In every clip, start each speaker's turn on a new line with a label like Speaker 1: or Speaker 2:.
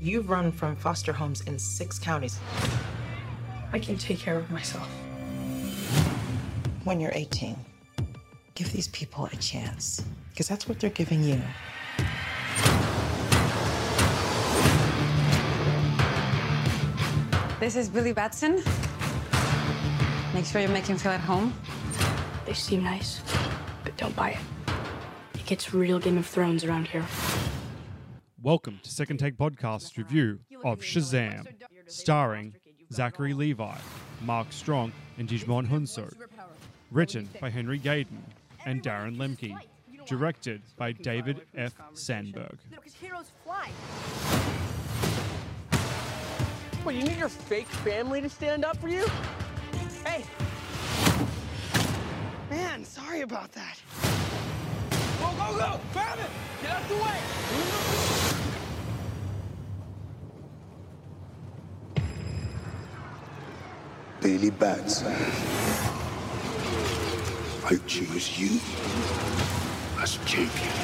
Speaker 1: You've run from foster homes in six counties.
Speaker 2: I can take care of myself.
Speaker 1: When you're 18, give these people a chance because that's what they're giving you.
Speaker 3: This is Billy Batson. Make sure you make him feel at home.
Speaker 2: They seem nice, but don't buy it. It gets real Game of Thrones around here.
Speaker 4: Welcome to Second Take Podcast's review of Shazam, starring Zachary Levi, Mark Strong, and Digimon Hunso. Written by Henry Gayden and Darren Lemke. Directed by David F. Sandberg.
Speaker 5: because heroes fly.
Speaker 6: What, you need your fake family to stand up for you? Hey! Man, sorry about that. Go, go, go! Grab it! Get out the way!
Speaker 7: Bailey Bats. I choose you as champion.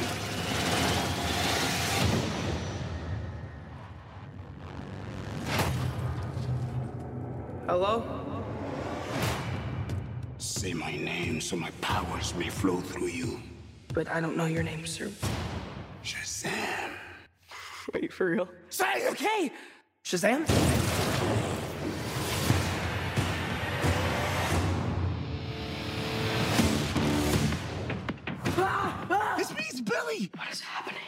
Speaker 1: Hello?
Speaker 7: Say my name so my powers may flow through you.
Speaker 2: But I don't know your name, sir.
Speaker 7: Shazam.
Speaker 1: Wait, for real?
Speaker 6: Say, okay! Shazam? Ah! Ah! It's me, it's Billy!
Speaker 2: What is happening?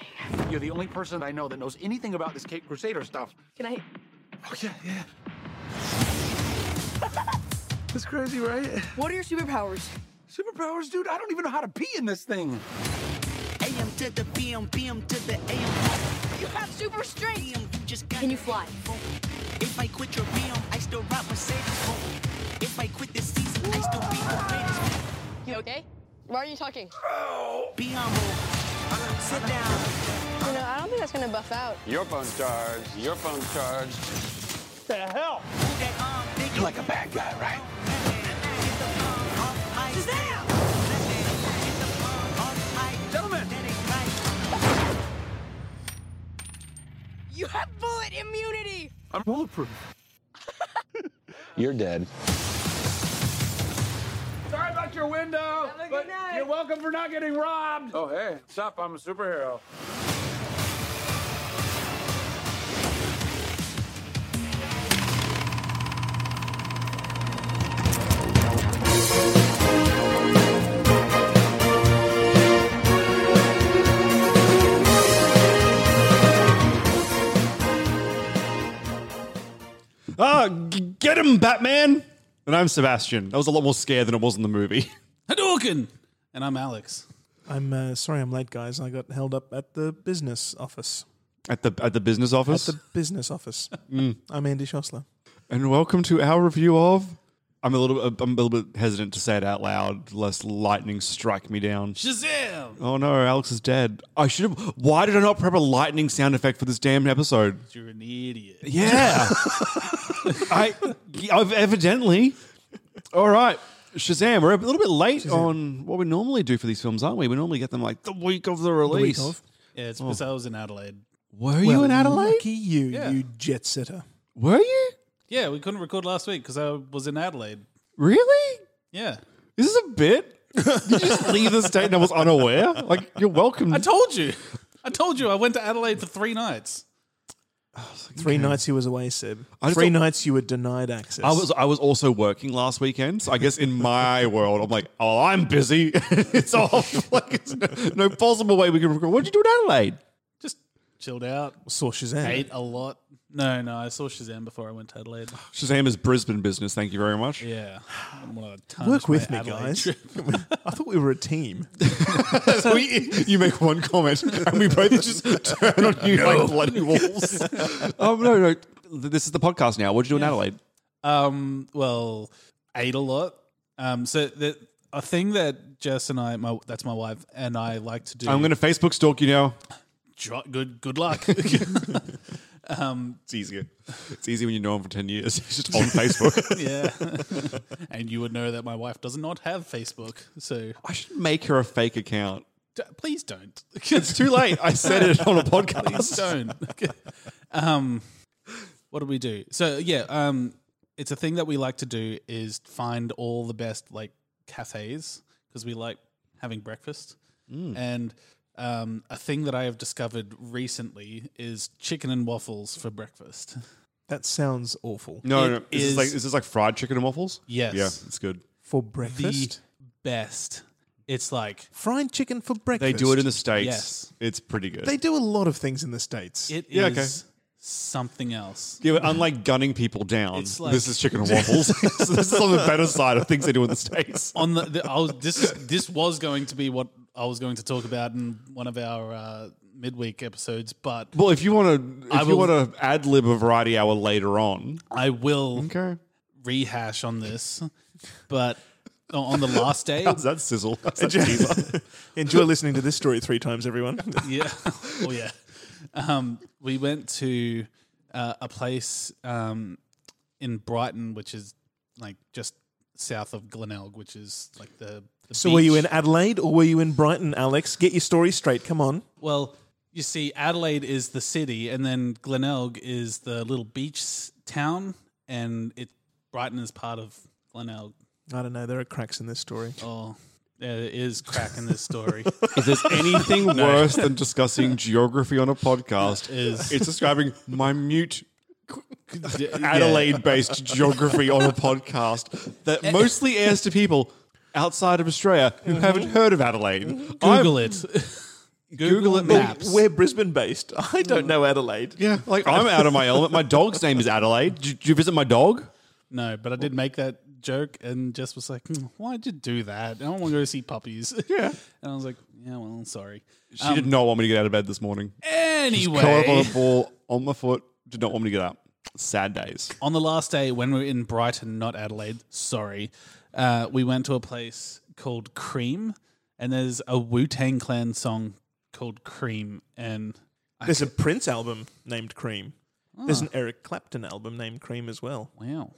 Speaker 8: You're the only person I know that knows anything about this Cape Crusader stuff.
Speaker 2: Can I?
Speaker 8: Oh, yeah, yeah. It's crazy, right?
Speaker 5: What are your superpowers?
Speaker 8: Superpowers, dude, I don't even know how to pee in this thing.
Speaker 9: AM to the BM, BM to the AM.
Speaker 5: You got super strength.
Speaker 9: BM, you just got
Speaker 5: Can you fly?
Speaker 9: If I quit your BM, I still rock Mercedes. If I quit this season, I still be the greatest.
Speaker 5: You okay? Why are you talking?
Speaker 9: BM, sit down.
Speaker 5: You know, I don't think that's gonna buff out.
Speaker 10: Your phone's charged. Your phone's charged.
Speaker 6: The hell?
Speaker 9: Move that arm, big
Speaker 7: You're like a bad guy, right?
Speaker 9: Gentlemen!
Speaker 5: You have bullet immunity.
Speaker 8: I'm bulletproof.
Speaker 10: You're dead.
Speaker 8: Sorry about your window, but you're welcome for not getting robbed. Oh, hey, what's up? I'm a superhero.
Speaker 4: Ah, g- get him, Batman! And I'm Sebastian. I was a lot more scared than it was in the movie.
Speaker 11: Hadouken! And I'm Alex.
Speaker 12: I'm uh, sorry I'm late, guys. I got held up at the business office.
Speaker 4: At the at the business
Speaker 12: At
Speaker 4: office. Mm.
Speaker 12: the business office. I'm Andy Schossler.
Speaker 4: And welcome to our review of. I'm a little. I'm a little bit hesitant to say it out loud, lest lightning strike me down.
Speaker 11: Shazam!
Speaker 4: Oh no, Alex is dead. I should have. Why did I not prep a lightning sound effect for this damn episode?
Speaker 11: You're an idiot.
Speaker 4: Yeah, I. I've evidently. All right, Shazam. We're a little bit late on what we normally do for these films, aren't we? We normally get them like the week of the release.
Speaker 12: of.
Speaker 11: Yeah, it's because I was in Adelaide.
Speaker 4: Were you in Adelaide?
Speaker 12: Lucky you,
Speaker 11: Yeah.
Speaker 12: you jet setter.
Speaker 4: Were you
Speaker 11: Yeah, we couldn't record last week because I was in Adelaide.
Speaker 4: really?
Speaker 11: Yeah.
Speaker 4: Is this a bit? Did you just leave the state and I was unaware? Like you're welcome.
Speaker 11: I told you. I told you I went to Adelaide for three nights.
Speaker 12: Three nights he was away, Seb.
Speaker 4: just
Speaker 12: Three
Speaker 4: thought-
Speaker 12: nights you were denied access.
Speaker 4: I was I was also working last weekend. So I guess in my world, I'm like, oh, I'm busy. it's off. Like it's no, no possible way we can record. What would you do in Adelaide?
Speaker 11: Just
Speaker 7: chilled out.
Speaker 12: Saw Shazam.
Speaker 7: Ate a lot. No, no, I saw Shazam before I went to Adelaide.
Speaker 4: Shazam is Brisbane business. Thank you very much.
Speaker 7: Yeah. I'm gonna tarnish
Speaker 12: Work with
Speaker 7: my
Speaker 12: me,
Speaker 7: Adelaide
Speaker 12: guys.
Speaker 7: trip.
Speaker 12: I thought we were a team.
Speaker 4: So we- you make one comment, and we both just turn on you
Speaker 12: No. Um,
Speaker 4: like bloody wolves. oh no, no! This is the podcast now. What would you do in Adelaide?
Speaker 7: Um, well, ate a lot. Um, so the, a thing that Jess and I, my, that's my wife, and I like to do.
Speaker 4: I'm going to Facebook stalk you now.
Speaker 7: Jo- good good luck. um,
Speaker 4: It's easier. It's easy when you know him for ten years. It's just on Facebook.
Speaker 7: yeah, and you would know that my wife does not have Facebook, so
Speaker 4: I should make her a fake account.
Speaker 7: d- please don't.
Speaker 4: It's too late. I said it on a podcast.
Speaker 7: Please don't. um, what do we do? So yeah, um, it's a thing that we like to do is find all the best like cafes because we like having breakfast.
Speaker 4: Mm.
Speaker 7: And um, a thing that I have discovered recently is chicken and waffles for breakfast.
Speaker 12: That sounds awful.
Speaker 4: No,
Speaker 7: It
Speaker 4: no. Is, this
Speaker 7: is-
Speaker 4: like is this like fried chicken and waffles?
Speaker 7: Yes.
Speaker 4: Yeah, it's good.
Speaker 12: For
Speaker 7: The
Speaker 12: breakfast?
Speaker 7: best. It's like
Speaker 12: Fried chicken for
Speaker 4: They
Speaker 12: breakfast.
Speaker 4: do it in the states.
Speaker 7: Yes.
Speaker 4: It's pretty good.
Speaker 12: They do a lot of things in the States.
Speaker 7: it is
Speaker 4: Yeah, okay.
Speaker 7: something else.
Speaker 4: yeah, but unlike gunning people down,
Speaker 7: It's like-
Speaker 4: this is chicken and waffles. So this is on the better side of things they do in the states.
Speaker 7: on the, the I was this is- this was going to be what I was going to talk about in one of our uh, midweek episodes, but
Speaker 4: Well, if you want to,
Speaker 7: I
Speaker 4: if you
Speaker 7: will-
Speaker 4: want to ad lib a variety hour later on,
Speaker 7: I will
Speaker 4: okay.
Speaker 7: rehash on this. But o- on the last day,
Speaker 4: How's that sizzle? How's that teaser?
Speaker 12: Enjoy listening to this story three times, everyone.
Speaker 7: yeah, oh yeah, um, we went to uh, a place um, in Brighton, which is like just south of Glenelg, which is like the. the
Speaker 12: so, were you
Speaker 7: beach.
Speaker 12: in Adelaide or were you in Brighton, Alex? Get your story straight. Come on.
Speaker 7: Well, you see, Adelaide is the city, and then Glenelg is the little beach s- town, and it Brighton is part of Glenelg.
Speaker 12: I don't know. There are cracks in this story.
Speaker 7: Oh, there is crack in this story.
Speaker 4: If there's anything worse than discussing geography on a podcast,
Speaker 7: Is-
Speaker 4: it's describing minute
Speaker 7: Yeah.
Speaker 4: Adelaide based geography on a podcast that
Speaker 7: Eh,
Speaker 4: mostly airs to people outside of Australia who haven't heard of Adelaide.
Speaker 7: Mm-hmm. Google it. Google it maps.
Speaker 12: We're Brisbane based. I don't know Adelaide.
Speaker 4: Yeah, like I'm out of my element. My dog's name is Adelaide. Did you, did you visit my dog?
Speaker 7: No, but I did make that joke, and Jess was like, "Hmm, "Why'd you do that? I don't want to go see puppies." Yeah, and I was like, "Yeah, well, I'm sorry."
Speaker 4: She did not want me to get out of bed this morning.
Speaker 7: Anyway,
Speaker 4: Curled up on the ball, on my foot. Did not want me to get up. Sad days.
Speaker 7: on the last day when we were in Brighton, not Adelaide, sorry, uh, we went to a place called Cream, and there's a Wu Tang Clan song called Cream, and I,
Speaker 12: There's a Prince album named Cream. There's an Eric Clapton album named Cream as well.
Speaker 7: wow,
Speaker 12: And
Speaker 7: Ah.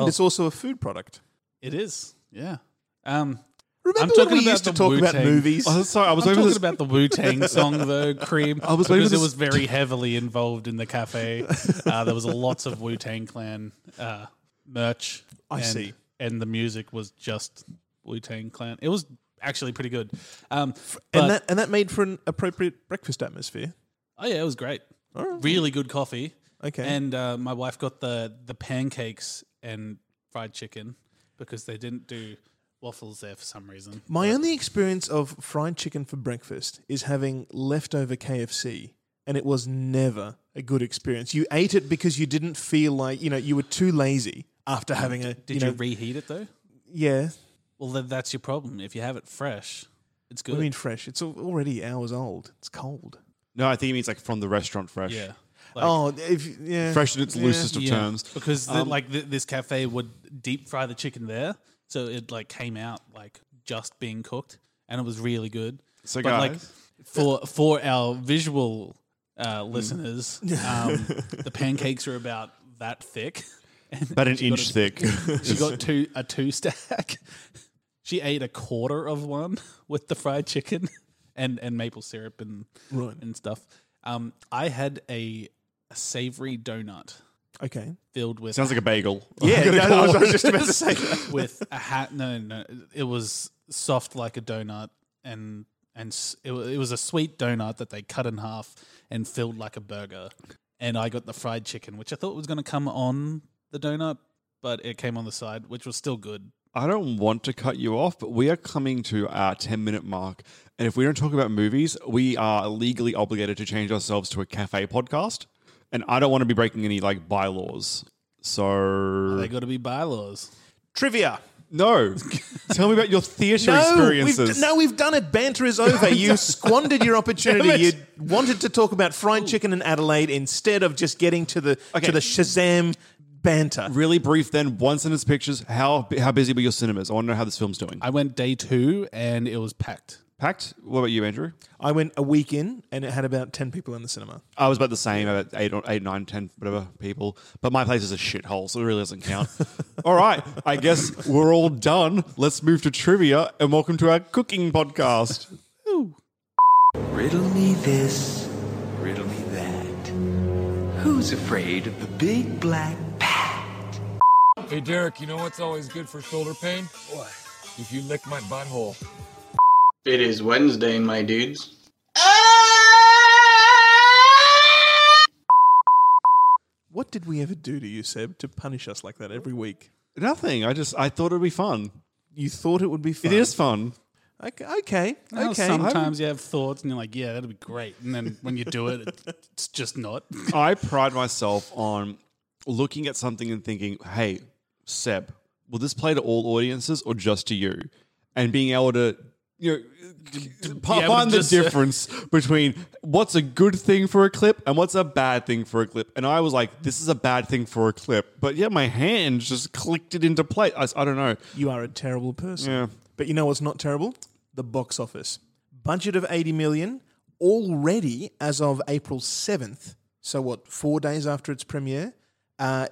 Speaker 7: Well-
Speaker 12: it's also a food product.
Speaker 7: it is, yeah. Um, I'm
Speaker 12: Remember
Speaker 7: talking
Speaker 12: when we
Speaker 7: about
Speaker 12: used to
Speaker 7: the
Speaker 12: talk about
Speaker 7: Wu-Tang.
Speaker 12: movies?
Speaker 4: Oh, sorry, I was
Speaker 7: I'm
Speaker 4: over
Speaker 7: talking
Speaker 4: this.
Speaker 7: about the Wu Tang song though, Cream. I
Speaker 4: was waiting
Speaker 7: because
Speaker 4: for
Speaker 7: it
Speaker 4: this-
Speaker 7: was very heavily involved in the cafe. Uh, there was lots of Wu Tang Clan uh, merch.
Speaker 12: I
Speaker 7: and,
Speaker 12: see.
Speaker 7: and the music was just Wu Tang Clan. It was actually pretty good. Um, but-
Speaker 12: and, that, and that made for an appropriate breakfast atmosphere.
Speaker 7: Oh yeah, it was great. Really good coffee.
Speaker 12: Okay.
Speaker 7: And uh, my wife got the the pancakes and fried chicken because they didn't do waffles there for some reason.
Speaker 12: My only experience of fried chicken for breakfast is having leftover KFC, and it was never a good experience. You ate it because you didn't feel like, you know, you were too lazy after having a.
Speaker 7: Did you,
Speaker 12: you, know,
Speaker 7: reheat it though?
Speaker 12: Yeah.
Speaker 7: Well, then that's your problem. If you have it fresh, it's good.
Speaker 12: I mean, fresh. It's al- already hours old. It's cold.
Speaker 4: No, I think he means like from the restaurant fresh.
Speaker 7: yeah.
Speaker 12: oh, if, yeah.
Speaker 4: Fresh in its loosest of
Speaker 7: Yeah,
Speaker 4: terms.
Speaker 7: because the,
Speaker 4: Um,
Speaker 7: like th- this cafe would deep fry the chicken there, so it like came out like just being cooked, and it was really good.
Speaker 4: So
Speaker 7: But, like
Speaker 4: guys- Hmm.
Speaker 7: for for our visual uh, listeners, um, the pancakes are about that thick.
Speaker 4: about an inch thick.
Speaker 7: She got two a two stack. She ate a quarter of one with the fried chicken and, and maple syrup and
Speaker 12: Right.
Speaker 7: and stuff. Um, I had a, a savory donut
Speaker 12: Okay.
Speaker 7: filled with
Speaker 4: Sounds like a bagel.
Speaker 12: Yeah, no, I was- I was just about to say that.
Speaker 7: with a hat. No, no, it was soft like a donut, and and s- it, wa- it was a sweet donut that they cut in half and filled like a burger. And I got the fried chicken, which I thought was going to come on the donut, but it came on the side, which was still good.
Speaker 4: I don't want to cut you off, but we are coming to our 10 minute mark. And if we don't talk about movies, we are legally obligated to change ourselves to a cafe podcast. And I don't want to be breaking any like bylaws. So.
Speaker 7: They got to be bylaws.
Speaker 12: Trivia.
Speaker 4: No. Tell me about your theatre experiences.
Speaker 12: We've, no, we've done it. Banter is over. You squandered your opportunity. You
Speaker 4: Damn
Speaker 12: wanted to talk about fried chicken in Adelaide instead of just getting to the to the Shazam banter.
Speaker 4: Really brief then, one sentence pictures. How how busy were your cinemas? I want to know how this film's doing.
Speaker 7: I went day two and it was packed.
Speaker 4: Packed? What about you, Andrew?
Speaker 12: I went a week in and it had about ten people in the cinema.
Speaker 4: I was about the same, about eight or eight, nine, ten, whatever people. But my place is a shithole, so it really doesn't count. all right, I guess we're all done. Let's move to trivia and welcome to our cooking podcast.
Speaker 13: Riddle me this, riddle me that. Who's afraid of the big black?
Speaker 14: Hey, Derek, you know what's always good for shoulder pain? What? If you lick my butthole.
Speaker 15: It is Wednesday, my dudes.
Speaker 12: What did we ever do to you, Seb, to punish us like that every week?
Speaker 4: Nothing. I just I thought it'd be fun.
Speaker 12: You thought it would be fun.
Speaker 4: It is fun.
Speaker 12: Okay. Okay.
Speaker 7: Now,
Speaker 12: okay.
Speaker 7: Sometimes you have thoughts and you're like, yeah, that'd be great. And then when you do it, it- it's just not.
Speaker 4: I pride myself on looking at something and thinking, hey, Seb, will this play to all audiences or just to you? And being able to you know,
Speaker 7: able
Speaker 4: pa-
Speaker 7: to
Speaker 4: find the
Speaker 7: just, uh,
Speaker 4: difference between what's a good thing for a clip and what's a bad thing for a clip. And I was like, this is a bad thing for a clip. But yeah, my hand just clicked it into place. I, s- I don't know.
Speaker 12: You are a terrible person.
Speaker 4: Yeah.
Speaker 12: But you know what's not terrible? The box office. Budget of 80 million already as of April 7th. So what, 4 days after its premiere, uh,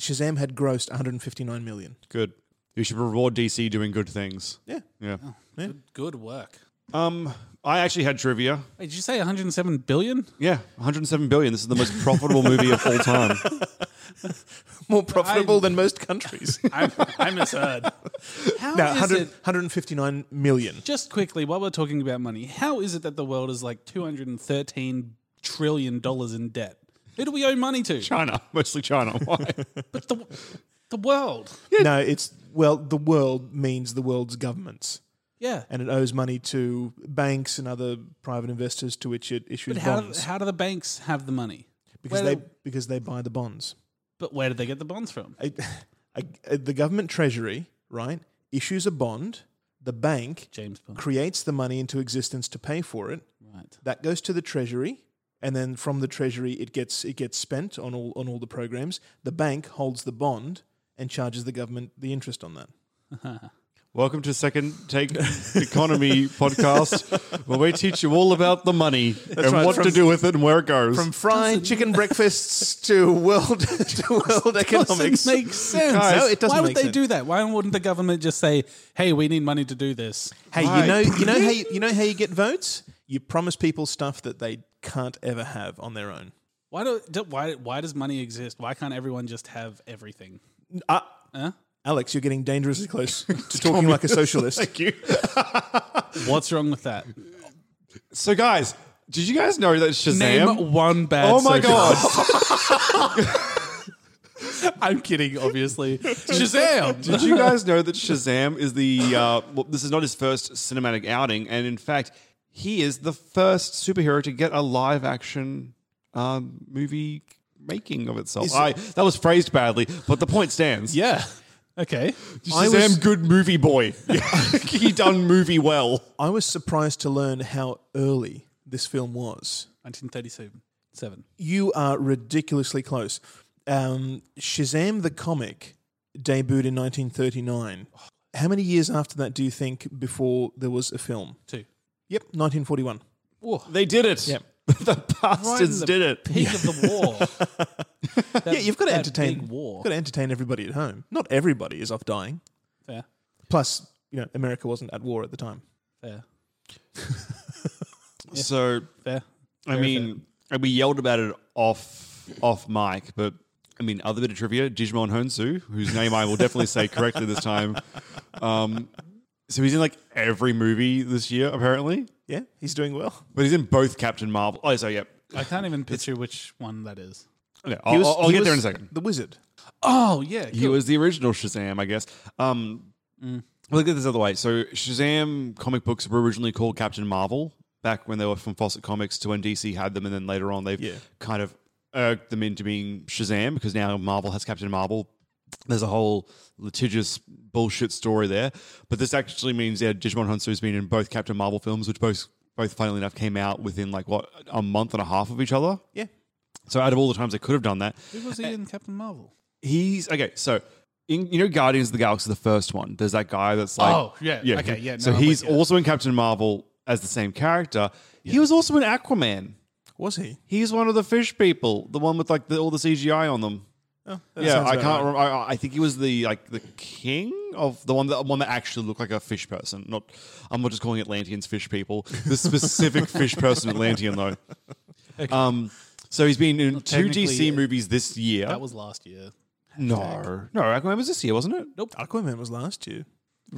Speaker 12: Shazam had grossed 159 million.
Speaker 4: Good. You should reward DC doing good things.
Speaker 12: Yeah.
Speaker 4: Yeah.
Speaker 7: Good, good work.
Speaker 4: Um, I actually had trivia.
Speaker 7: Wait, did you say 107 billion?
Speaker 4: Yeah, 107 billion. This is the most profitable movie of all time.
Speaker 12: More profitable than most countries.
Speaker 7: I, I misheard. How
Speaker 12: no,
Speaker 7: is
Speaker 12: 100
Speaker 7: it?
Speaker 12: 159 million.
Speaker 7: Just quickly, while we're talking about money, how is it that the world is like 213 trillion dollars in debt? Who do we owe money to?
Speaker 4: China, mostly China. Why?
Speaker 7: The world.
Speaker 12: No, it's, well, the world means the world's governments.
Speaker 7: Yeah.
Speaker 12: And it owes money to banks and other private investors to which it issues
Speaker 7: But how,
Speaker 12: bonds.
Speaker 7: how do the banks have the money?
Speaker 12: because they
Speaker 7: Where do-
Speaker 12: because they buy the bonds.
Speaker 7: but where do they get the bonds from?
Speaker 12: I, I, uh, the government treasury, right, issues a bond. The bank
Speaker 7: James Bond.
Speaker 12: creates the money into existence to pay for it.
Speaker 7: Right.
Speaker 12: That goes to the treasury, and then from the treasury, it gets it gets spent on all on all the programs. The bank holds the bond and charges the government the interest on that.
Speaker 4: Welcome to Second Take Economy podcast, where we teach you all about the money and
Speaker 12: right,
Speaker 4: what
Speaker 12: from-
Speaker 4: to do with it and where it goes.
Speaker 12: From fried chicken breakfasts to world to world economics,
Speaker 7: Doesn't make sense.
Speaker 12: Guys, no, it doesn't
Speaker 7: Why would
Speaker 12: make
Speaker 7: they
Speaker 12: sense.
Speaker 7: do that? Why wouldn't the government just say, "Hey, we need money to do this"?
Speaker 12: Hey, you know, you know how you, you know how you get votes. You promise people stuff that they can't ever have on their own.
Speaker 7: why do, do why why does money exist? Why can't everyone just have everything?
Speaker 12: Uh,
Speaker 7: Huh?
Speaker 12: Alex, you're getting dangerously close to talking like a socialist.
Speaker 4: Thank you.
Speaker 7: What's wrong with that?
Speaker 4: So, guys, did you guys know that Shazam?
Speaker 7: Name one bad.
Speaker 4: oh my
Speaker 7: socialist.
Speaker 4: god!
Speaker 7: I'm kidding, obviously. Shazam!
Speaker 4: Did you guys know that Shazam is the? Uh, well, this is not his first cinematic outing, and in fact, he is the first superhero to get a live action um, movie making of itself.
Speaker 7: Is-
Speaker 4: I that was phrased badly, but the point stands.
Speaker 7: Yeah. Okay.
Speaker 12: I
Speaker 4: Shazam,
Speaker 12: was-
Speaker 4: good movie boy. he done movie well.
Speaker 12: I was surprised to learn how early this film was.
Speaker 7: 1937. Seven.
Speaker 12: You are ridiculously close. Um, Shazam the comic debuted in 1939. How many years after that do you think before there was a film?
Speaker 7: Two.
Speaker 12: Yep, 1941.
Speaker 4: They did it.
Speaker 12: Yep.
Speaker 4: the bastards
Speaker 7: the
Speaker 4: did it.
Speaker 7: Peak of the war.
Speaker 12: yeah, you've got to
Speaker 7: that
Speaker 12: entertain.
Speaker 7: big war.
Speaker 12: Got to entertain everybody at home. Not everybody is off dying.
Speaker 7: Fair.
Speaker 12: Plus, you know, America wasn't at war at the time.
Speaker 7: Fair.
Speaker 4: So
Speaker 7: Fair.
Speaker 4: I mean, and we yelled about it off off mic, but I mean, other bit of trivia: Digimon Honsu, whose name I will definitely say correctly this time. Um, so he's in like every movie this year, apparently,
Speaker 12: Yeah, he's doing well.
Speaker 4: but he's in both Captain Marvel. Oh, so yep.
Speaker 7: I can't even picture which one that is.
Speaker 4: Okay,
Speaker 12: He
Speaker 4: I'll,
Speaker 12: was-
Speaker 4: I'll- I'll
Speaker 12: he
Speaker 4: get there in
Speaker 12: was
Speaker 4: a second.
Speaker 12: The wizard.
Speaker 7: Oh yeah. Mm.
Speaker 4: He was the original Shazam, I guess. Um, Well, look at this other way. So Shazam comic books were originally called Captain Marvel back when they were from Fawcett Comics to when DC had them, and then later on they've kind of irked them into being Shazam because now Marvel has Captain Marvel. There's a whole litigious bullshit story there, but this actually means yeah, Digimon Hunter has been in both Captain Marvel films, which both both funnily enough came out within like what a month and a half of each other.
Speaker 7: Yeah.
Speaker 4: So out of all the times they could have done that,
Speaker 7: Who was he in Captain Marvel?
Speaker 4: He's okay. So, in, you know, Guardians of the Galaxy, the first one. There's that guy that's like,
Speaker 7: Oh, yeah, okay, yeah, no,
Speaker 4: so
Speaker 7: I'm
Speaker 4: he's also in Captain Marvel as the same character. He was also in Aquaman.
Speaker 12: Was he?
Speaker 4: He's one of the fish people, the one with like the, all the CGI on them.
Speaker 12: Oh, that
Speaker 4: yeah,
Speaker 12: sounds
Speaker 4: I
Speaker 12: about
Speaker 4: can't.
Speaker 12: right.
Speaker 4: Remember, I, I think he was the like the king of the one that one that actually looked like a fish person. Not, I'm not just calling Atlanteans fish people. The specific fish person Atlantean though. Um, so he's been in two
Speaker 7: technically,
Speaker 4: DC
Speaker 7: uh,
Speaker 4: movies this year.
Speaker 7: That was last year.
Speaker 4: No, no, Aquaman was this year, wasn't it?
Speaker 7: Nope.
Speaker 12: Aquaman was last year.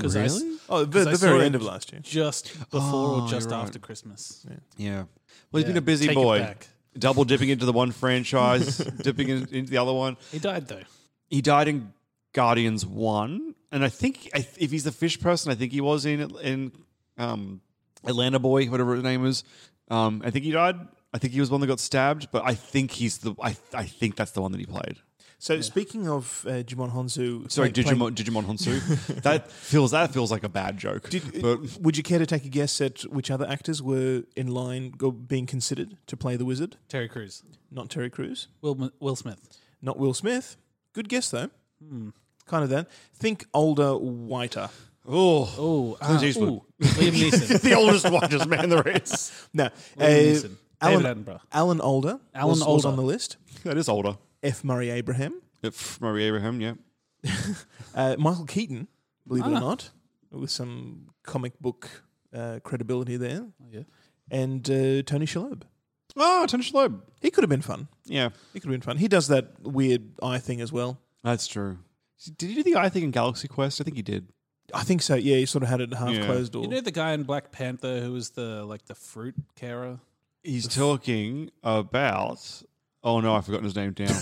Speaker 7: I s-
Speaker 4: Really?
Speaker 12: Oh, the-
Speaker 7: 'cause
Speaker 12: the
Speaker 7: I saw
Speaker 12: very
Speaker 7: it
Speaker 12: end of last year.
Speaker 7: Just before
Speaker 12: Oh,
Speaker 7: or just
Speaker 12: you're right.
Speaker 7: after Christmas.
Speaker 4: Yeah. Well, he's
Speaker 7: Yeah,
Speaker 4: been a busy
Speaker 7: take it
Speaker 4: boy.
Speaker 7: back.
Speaker 4: Double dipping into the one franchise, dipping in, into the other one.
Speaker 7: He died though.
Speaker 4: He died in Guardians One, and I think I th- if he's the fish person, I think he was in in um, Atlanta Boy, whatever his name is. Um, I think he died. I think he was one that got stabbed, but I think he's the. I I think that's the one that he played.
Speaker 12: So speaking of uh, Jimon Honsu,
Speaker 4: Sorry,
Speaker 12: play-
Speaker 4: Digimon
Speaker 12: play-
Speaker 4: Digimon Honsu. that feels that feels like a bad joke. but
Speaker 12: Would you care to take a guess at which other actors were in line go, being considered to play the wizard?
Speaker 7: Terry Crews.
Speaker 12: Not Terry Crews.
Speaker 7: Will, Will Smith.
Speaker 12: Not Will Smith. Good guess though. Hmm. Kind of that. Think older, whiter.
Speaker 4: Oh,
Speaker 7: oh,
Speaker 12: Clint
Speaker 7: ah,
Speaker 12: Eastwood.
Speaker 7: ooh, Liam Neeson.
Speaker 4: The oldest whitest man there is.
Speaker 12: No,
Speaker 7: Liam
Speaker 12: uh,
Speaker 7: Neeson. David
Speaker 12: Alan,
Speaker 7: Attenborough.
Speaker 12: Alan Older.
Speaker 7: Alan
Speaker 12: was, was
Speaker 7: Alda.
Speaker 12: on the list.
Speaker 4: That is older.
Speaker 12: F. Murray Abraham.
Speaker 4: If Murray Abraham, yeah.
Speaker 12: Uh, Michael Keaton, believe it
Speaker 7: Ah.
Speaker 12: or not, with some comic book uh, credibility there.
Speaker 7: Oh, yeah.
Speaker 12: And uh, Tony Shalhoub.
Speaker 4: Oh, Tony Shalhoub.
Speaker 12: He could have been fun.
Speaker 4: Yeah,
Speaker 12: He could have been fun. He does that weird eye thing as well.
Speaker 4: that's true. Did he do the eye thing in Galaxy Quest? I think he did.
Speaker 12: I think so. Yeah, he sort of had it half
Speaker 4: Yeah.
Speaker 12: closed. Or
Speaker 7: You know the guy in Black Panther who was the like the fruit carer?
Speaker 4: He's talking about. Oh no, I've forgotten his name down.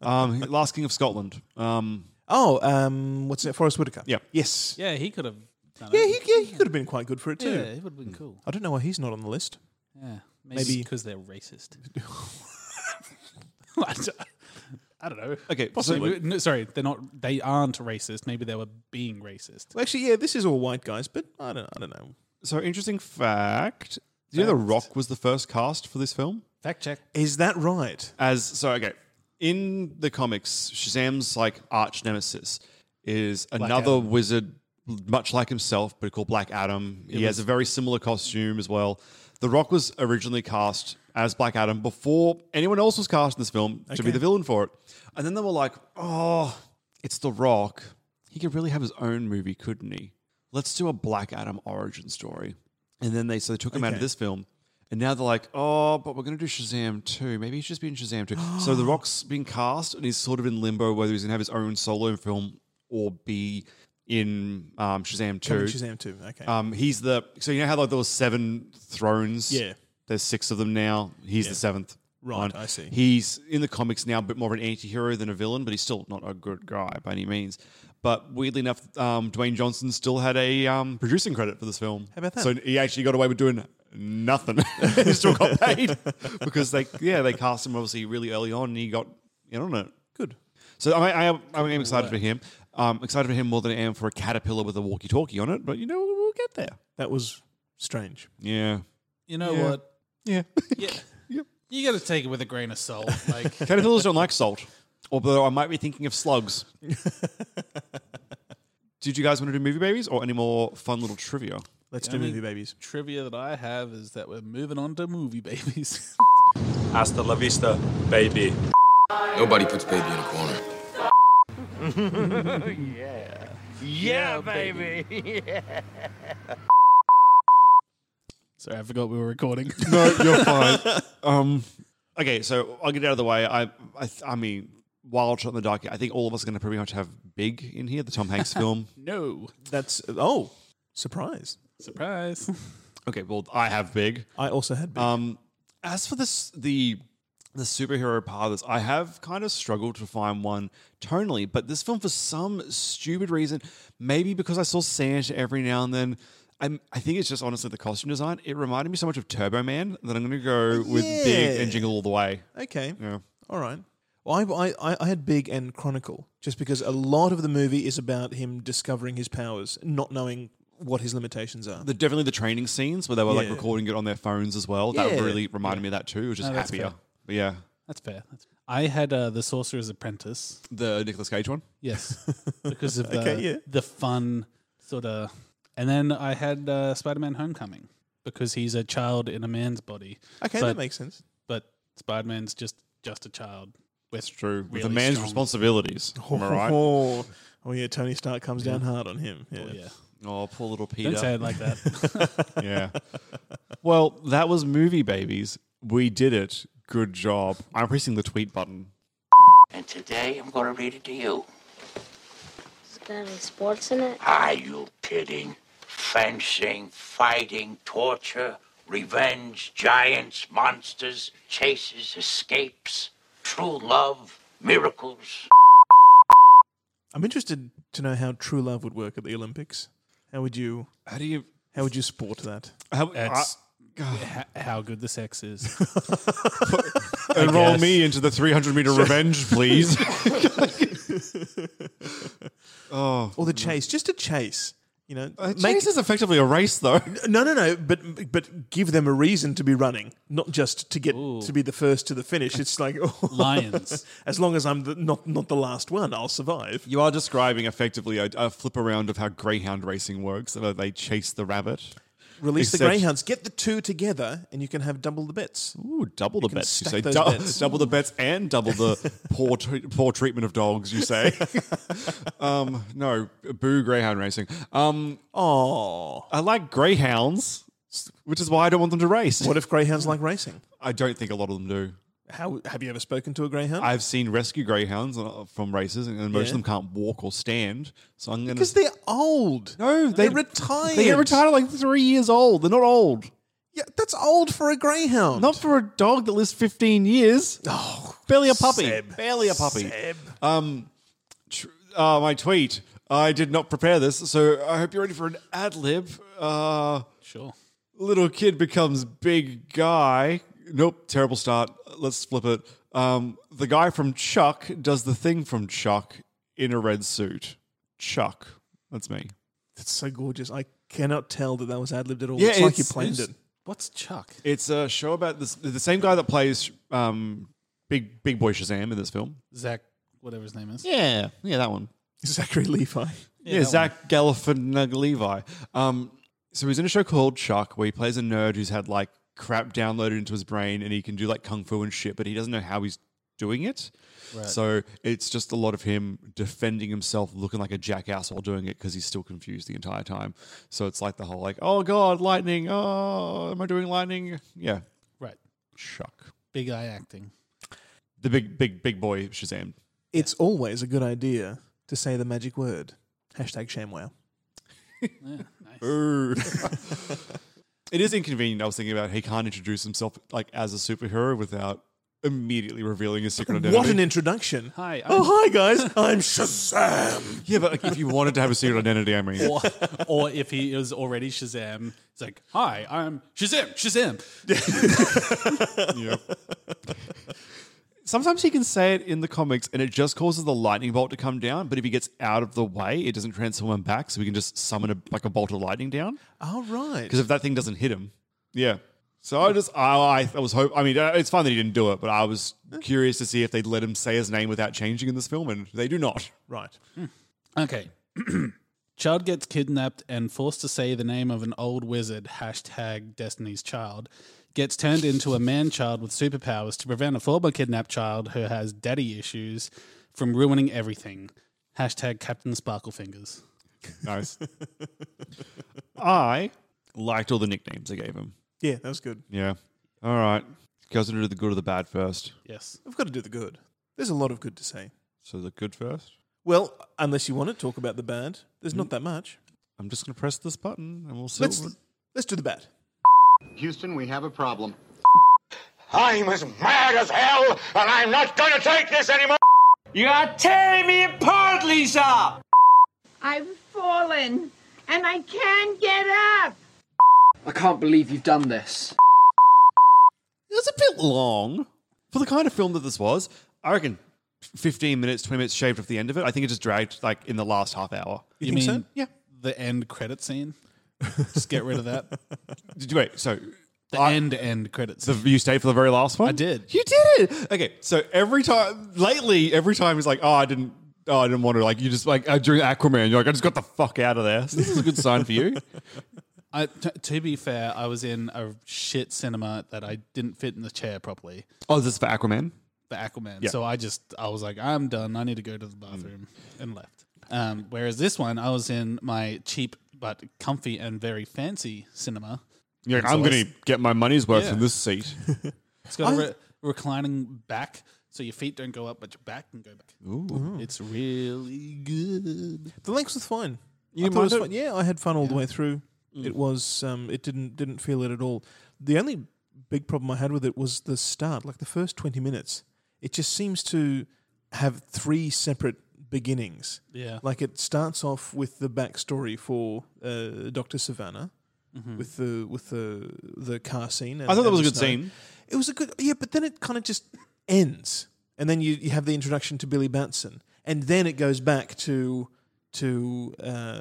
Speaker 4: um, Last King of Scotland. Um,
Speaker 12: oh, um, what's it? Forrest Whitaker.
Speaker 4: Yeah.
Speaker 12: Yes.
Speaker 7: Yeah, he could have done
Speaker 12: Yeah,
Speaker 7: it.
Speaker 12: he, yeah, he could have been quite good for it too.
Speaker 7: Yeah, it would have been cool.
Speaker 12: I don't know why he's not on the list.
Speaker 7: Yeah.
Speaker 12: Maybe-
Speaker 7: Maybe because they're racist. I don't- I don't know.
Speaker 4: Okay,
Speaker 7: possibly.
Speaker 4: so-
Speaker 7: no, sorry, they're not. They aren't racist. Maybe they were being racist.
Speaker 12: Well, actually, yeah, this is all white guys, but I don't, I don't know.
Speaker 4: so interesting fact. Do you know The Rock was the first cast for this film?
Speaker 7: Fact check.
Speaker 12: Is that right?
Speaker 4: As so, okay. In the comics, Shazam's like arch nemesis is another
Speaker 7: Adam.
Speaker 4: wizard, much like himself, but called Black Adam.
Speaker 7: It
Speaker 4: he has a
Speaker 7: was-
Speaker 4: very similar costume as well. The Rock was originally cast as Black Adam before anyone else was cast in this film to be
Speaker 12: Okay.
Speaker 4: the villain for it. And then they were like, "Oh, it's The Rock. He could really have his own movie, couldn't he? Let's do a Black Adam origin story." And then they so they took him out of
Speaker 12: Okay.
Speaker 4: this film. And now they're like, oh, but we're going to do Shazam 2. Maybe he's just been Shazam 2. so The Rock's been cast and he's sort of in limbo whether he's going to have his own solo film or be in um, Shazam 2.
Speaker 12: Coming Shazam 2, okay.
Speaker 4: Um, he's the. So you know how like, there was seven thrones?
Speaker 12: Yeah.
Speaker 4: There's six of them now. He's
Speaker 12: Yeah.
Speaker 4: the seventh.
Speaker 12: Right,
Speaker 4: one.
Speaker 12: I see.
Speaker 4: He's in the comics now a bit more of an anti hero than a villain, but he's still not a good guy by any means. But weirdly enough, um, Dwayne Johnson still had a um, producing credit for this film.
Speaker 12: How about that?
Speaker 4: So he actually got away with doing nothing. he still got paid because they, yeah, they cast him obviously really early on, and he got in on it.
Speaker 12: Good.
Speaker 4: So I, I, I am excited for him. Um, excited for him more than I am for a caterpillar with a walkie-talkie on it. But you know, we'll get there.
Speaker 12: That was strange.
Speaker 4: Yeah.
Speaker 7: You know
Speaker 4: Yeah.
Speaker 7: what?
Speaker 4: Yeah.
Speaker 7: Yeah. You got to take it with a grain of salt. Like
Speaker 4: Caterpillars don't like salt. Although I might be thinking of slugs. Did you guys want to do movie babies or any more fun little trivia?
Speaker 12: Let's
Speaker 7: the
Speaker 12: do
Speaker 7: only
Speaker 12: movie babies.
Speaker 7: Trivia that I have is that we're moving on to movie babies.
Speaker 16: Hasta la vista, baby.
Speaker 17: Nobody puts baby in a corner.
Speaker 6: yeah. Yeah, baby. yeah.
Speaker 7: Sorry, I forgot we were recording.
Speaker 4: No, you're fine. Um, okay, so I'll get out of the way. I, I, I mean, Wild Shot in the Dark. I think all of us are going to pretty much have Big in here, the Tom Hanks film.
Speaker 7: no.
Speaker 12: That's oh, surprise.
Speaker 7: Surprise.
Speaker 4: Okay, well, I have Big.
Speaker 12: I also had Big.
Speaker 4: Um, as for this, the the superhero part of this. I have kind of struggled to find one tonally, but this film, for some stupid reason, maybe because I saw Santa every now and then, I'm, I think it's just honestly the costume design. It reminded me so much of Turbo Man that I'm going to go with Big
Speaker 12: Oh, Yeah.
Speaker 4: and Jingle All the Way.
Speaker 12: Okay.
Speaker 4: Yeah.
Speaker 12: All right. Well, I, I, I had Big and Chronicle just because a lot of the movie is about him discovering his powers, not knowing what his limitations are.
Speaker 4: The, definitely the training scenes where they were like
Speaker 12: Yeah.
Speaker 4: recording it on their phones as well.
Speaker 12: Yeah.
Speaker 4: That really reminded me of that too. It was just
Speaker 7: No, that's
Speaker 4: happier.
Speaker 7: fair.
Speaker 4: But yeah.
Speaker 7: That's fair. That's I had uh, the Sorcerer's Apprentice.
Speaker 4: The Nicolas Cage one?
Speaker 7: Yes, because of the
Speaker 4: Okay, yeah.
Speaker 7: the fun sort of. And then I had uh, Spider-Man: Homecoming because he's a child in a man's body.
Speaker 12: Okay, that makes sense.
Speaker 7: But Spider-Man's just just a child.
Speaker 4: That's true. With a
Speaker 7: really
Speaker 4: man's
Speaker 7: strong-
Speaker 4: responsibilities. Am I right?
Speaker 12: Oh, oh, yeah. Tony Stark comes down hard on him. Yeah.
Speaker 4: Oh, poor little Peter.
Speaker 7: say it like that.
Speaker 4: yeah. Well, that was movie babies. We did it. Good job. I'm pressing the tweet button.
Speaker 13: And today I'm going to read it to you.
Speaker 18: Is there any sports in it?
Speaker 13: Are you kidding? Fencing, fighting, torture, revenge, giants, monsters, chases, escapes, true love, miracles.
Speaker 12: I'm interested to know how true love would work at the Olympics. How would you?
Speaker 4: How do you?
Speaker 12: How would you sport that?
Speaker 4: How,
Speaker 7: That's h- how good the sex is. I
Speaker 4: Enroll
Speaker 7: guess.
Speaker 4: me into the 300 meter revenge, please. oh,
Speaker 12: or the chase, just a chase. You know,
Speaker 4: chase is effectively a race, though.
Speaker 12: No, no, no. But but give them a reason to be running, not just to get to be the first to the finish. It's like oh,
Speaker 7: Lions.
Speaker 12: as long as I'm the, not not the last one, I'll survive.
Speaker 4: You are describing effectively a, a flip around of how greyhound racing works. where They chase the rabbit.
Speaker 12: Release the
Speaker 4: Except-
Speaker 12: greyhounds. Get the two together, and you can have double the bets.
Speaker 4: Ooh, double the
Speaker 12: can
Speaker 4: bets. You
Speaker 12: stack
Speaker 4: say
Speaker 12: those
Speaker 4: dou-
Speaker 12: bets.
Speaker 4: double the bets and double the poor tre- poor treatment of dogs. You say, um, no, boo greyhound racing. Um,
Speaker 12: oh,
Speaker 4: I like greyhounds, which is why I don't want them to race.
Speaker 12: What if greyhounds like racing?
Speaker 4: I don't think a lot of them do.
Speaker 12: How have you ever spoken to a greyhound?
Speaker 4: I've seen rescue greyhounds uh, from races, and
Speaker 12: Yeah.
Speaker 4: most of them can't walk or stand. So I'm going
Speaker 12: because they're old.
Speaker 4: No,
Speaker 12: they,
Speaker 4: they-
Speaker 12: are retired.
Speaker 4: They get retired at like three years old. They're not old.
Speaker 12: Yeah, that's old for a greyhound.
Speaker 4: Not for a dog that lives 15 years.
Speaker 12: Oh,
Speaker 4: barely a puppy.
Speaker 12: Seb.
Speaker 4: Barely a puppy.
Speaker 12: Seb.
Speaker 4: Um, tr- uh, my tweet. I did not prepare this, so I hope you're ready for an ad lib. Uh,
Speaker 7: sure.
Speaker 4: Little kid becomes big guy. Nope, terrible start. Let's flip it. Um, the guy from Chuck does the thing from Chuck in a red suit. Chuck. That's me.
Speaker 12: That's so gorgeous. I cannot tell that that was ad libbed at all.
Speaker 4: Yeah,
Speaker 12: it's, like
Speaker 4: it's-
Speaker 12: you planned
Speaker 4: it's-
Speaker 12: it.
Speaker 7: What's Chuck?
Speaker 4: It's a show about this, the same guy that plays um, Big Big Boy Shazam in this film.
Speaker 7: Zach, whatever his name is.
Speaker 4: Yeah, yeah, that one.
Speaker 12: Zachary Levi.
Speaker 4: Yeah, Zach Galifianakis. Um, so he's in a show called Chuck, where he plays a nerd who's had like crap downloaded into his brain, and he can do like kung fu and shit, but he doesn't know how he's doing it.
Speaker 7: Right.
Speaker 4: So it's just a lot of him defending himself, looking like a jackass while doing it because he's still confused the entire time. So it's like the whole like, oh god, lightning! Oh, am I doing lightning? Yeah,
Speaker 7: Right.
Speaker 4: Chuck,
Speaker 7: Big eye acting.
Speaker 4: the big big big boy Shazam.
Speaker 12: It's always a good idea to say the magic word. Hashtag ShamWow.
Speaker 4: Ooh. it is inconvenient. I was thinking about he can't introduce himself like as a superhero without immediately revealing his secret identity.
Speaker 12: What an introduction.
Speaker 7: Hi.
Speaker 12: oh, hi, guys. I'm Shazam.
Speaker 4: yeah, but like, if you wanted to have a secret identity, I mean,
Speaker 7: or, or if he is already Shazam, it's like, hi, I'm Shazam, Shazam.
Speaker 4: yeah. Sometimes he can say it in the comics, and it just causes the lightning bolt to come down. But if he gets out of the way, it doesn't transform him back, so we can just summon a, like a bolt of lightning down.
Speaker 12: All right.
Speaker 4: Because if that thing doesn't hit him, yeah. So I just I I, I was hope. I mean, uh, it's fine that he didn't do it, but I was curious to see if they'd let him say his name without changing in this film, and they do not.
Speaker 12: Right.
Speaker 7: Okay. child gets kidnapped and forced to say the name of an old wizard, hashtag Destiny's Child, gets turned into a man child with superpowers to prevent a former kidnapped child who has daddy issues from ruining everything. Hashtag Captain Sparklefingers.
Speaker 4: Nice. I liked all the nicknames they gave him.
Speaker 12: Yeah, that was good.
Speaker 4: Yeah. All right. Goes into the good or the bad first.
Speaker 7: Yes.
Speaker 12: We've got to do the good. There's a lot of good to say.
Speaker 4: So the good first.
Speaker 12: Well, unless you want to talk about the bad, there's not that much.
Speaker 4: I'm just going to press this button and we'll see.
Speaker 12: Let's,
Speaker 4: what-
Speaker 12: let's do the bad.
Speaker 19: Houston, we have a problem.
Speaker 17: I'm as mad as hell, and I'm not gonna take this anymore!
Speaker 6: You are tearing me apart, Lisa!
Speaker 19: I've fallen, and I can't get up!
Speaker 20: I can't believe you've done this.
Speaker 4: It was a bit long for the kind of film that this was. I reckon 15 minutes, 20 minutes shaved off the end of it. I think it just dragged like in the last half hour.
Speaker 7: You, mean yeah. the end credit scene? Just get rid of that.
Speaker 4: Did you wait? So
Speaker 7: The end end credits.
Speaker 4: the, you stayed for the very last one. I
Speaker 7: did.
Speaker 4: You did it. Okay. So every time lately, every time it's like, oh, I didn't. Oh, I didn't want to. Like you just like uh, during Aquaman, you're like, I just got the fuck out of there. So this is a good sign for you.
Speaker 7: I, t- to be fair, I was in a shit cinema that I didn't fit in the chair properly.
Speaker 4: Oh, is this for Aquaman?
Speaker 7: the Aquaman.
Speaker 4: Yeah.
Speaker 7: So I just I was like, I'm done. I need to go to the bathroom
Speaker 4: Mm.
Speaker 7: and left. Um, whereas this one, I was in my cheap but comfy and very fancy cinema.
Speaker 4: You're like,
Speaker 7: And so
Speaker 4: I'm
Speaker 7: I
Speaker 4: going to
Speaker 7: s-
Speaker 4: get my money's worth
Speaker 7: Yeah.
Speaker 4: from this seat.
Speaker 7: It's got a
Speaker 4: I-
Speaker 7: re- reclining back, so your feet don't go up, but your back can go back.
Speaker 4: Ooh.
Speaker 7: It's really good.
Speaker 12: The length was fine.
Speaker 7: You
Speaker 12: I thought it was
Speaker 7: minded
Speaker 12: fine. Yeah, I had fun all the way through.
Speaker 7: Mm.
Speaker 12: It was. Um, it didn't didn't feel it at all. The only big problem I had with it was the start, like the first twenty minutes. It just seems to have three separate beginnings.
Speaker 7: Yeah.
Speaker 12: like it starts off with the backstory for uh, Doctor Savannah.
Speaker 7: Mhm.
Speaker 12: With the with the the car scene, and,
Speaker 4: I thought that
Speaker 12: and
Speaker 4: was a
Speaker 12: the
Speaker 4: good
Speaker 12: snow.
Speaker 4: scene.
Speaker 12: It was a good yeah, but then it kind of just ends, and then you, you have the introduction to Billy Batson, and then it goes back to to uh,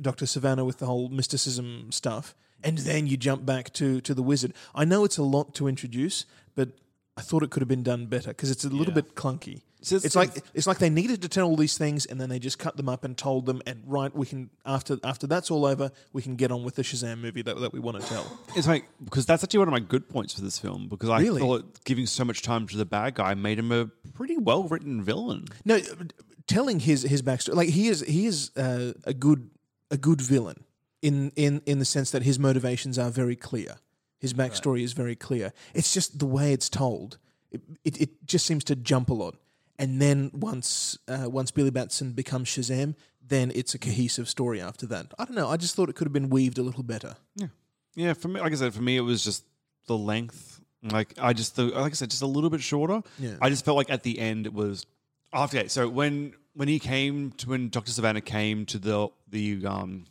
Speaker 12: Doctor Savannah with the whole mysticism stuff, and then you jump back to to the wizard. I know it's a lot to introduce, but I thought it could have been done better because it's a little bit clunky.
Speaker 4: So it's-
Speaker 12: it's like it's like they needed to tell all these things, and then they just cut them up and told them. And right, we can after after that's all over, we can get on with the Shazam movie that, that we want to tell.
Speaker 4: It's like because that's actually one of my good points for this film because I
Speaker 12: Really?
Speaker 4: thought giving so much time to the bad guy made him a pretty well written villain.
Speaker 12: No, telling his his backstory, like he is he is uh, a good a good villain in in in the sense that his motivations are very clear. His backstory is very clear. It's just the way it's told. It, it, it just seems to jump a lot. And then once uh, once Billy Batson becomes Shazam, then it's a cohesive story after that. I don't know. I just thought it could have been weaved a little better.
Speaker 4: Yeah, for me, like I said, for me it was just the length. Like I just the like I said, just a little bit shorter.
Speaker 12: Yeah.
Speaker 4: I just felt like at the end it was after that. So when when he came to when Doctor Savannah came to the the um,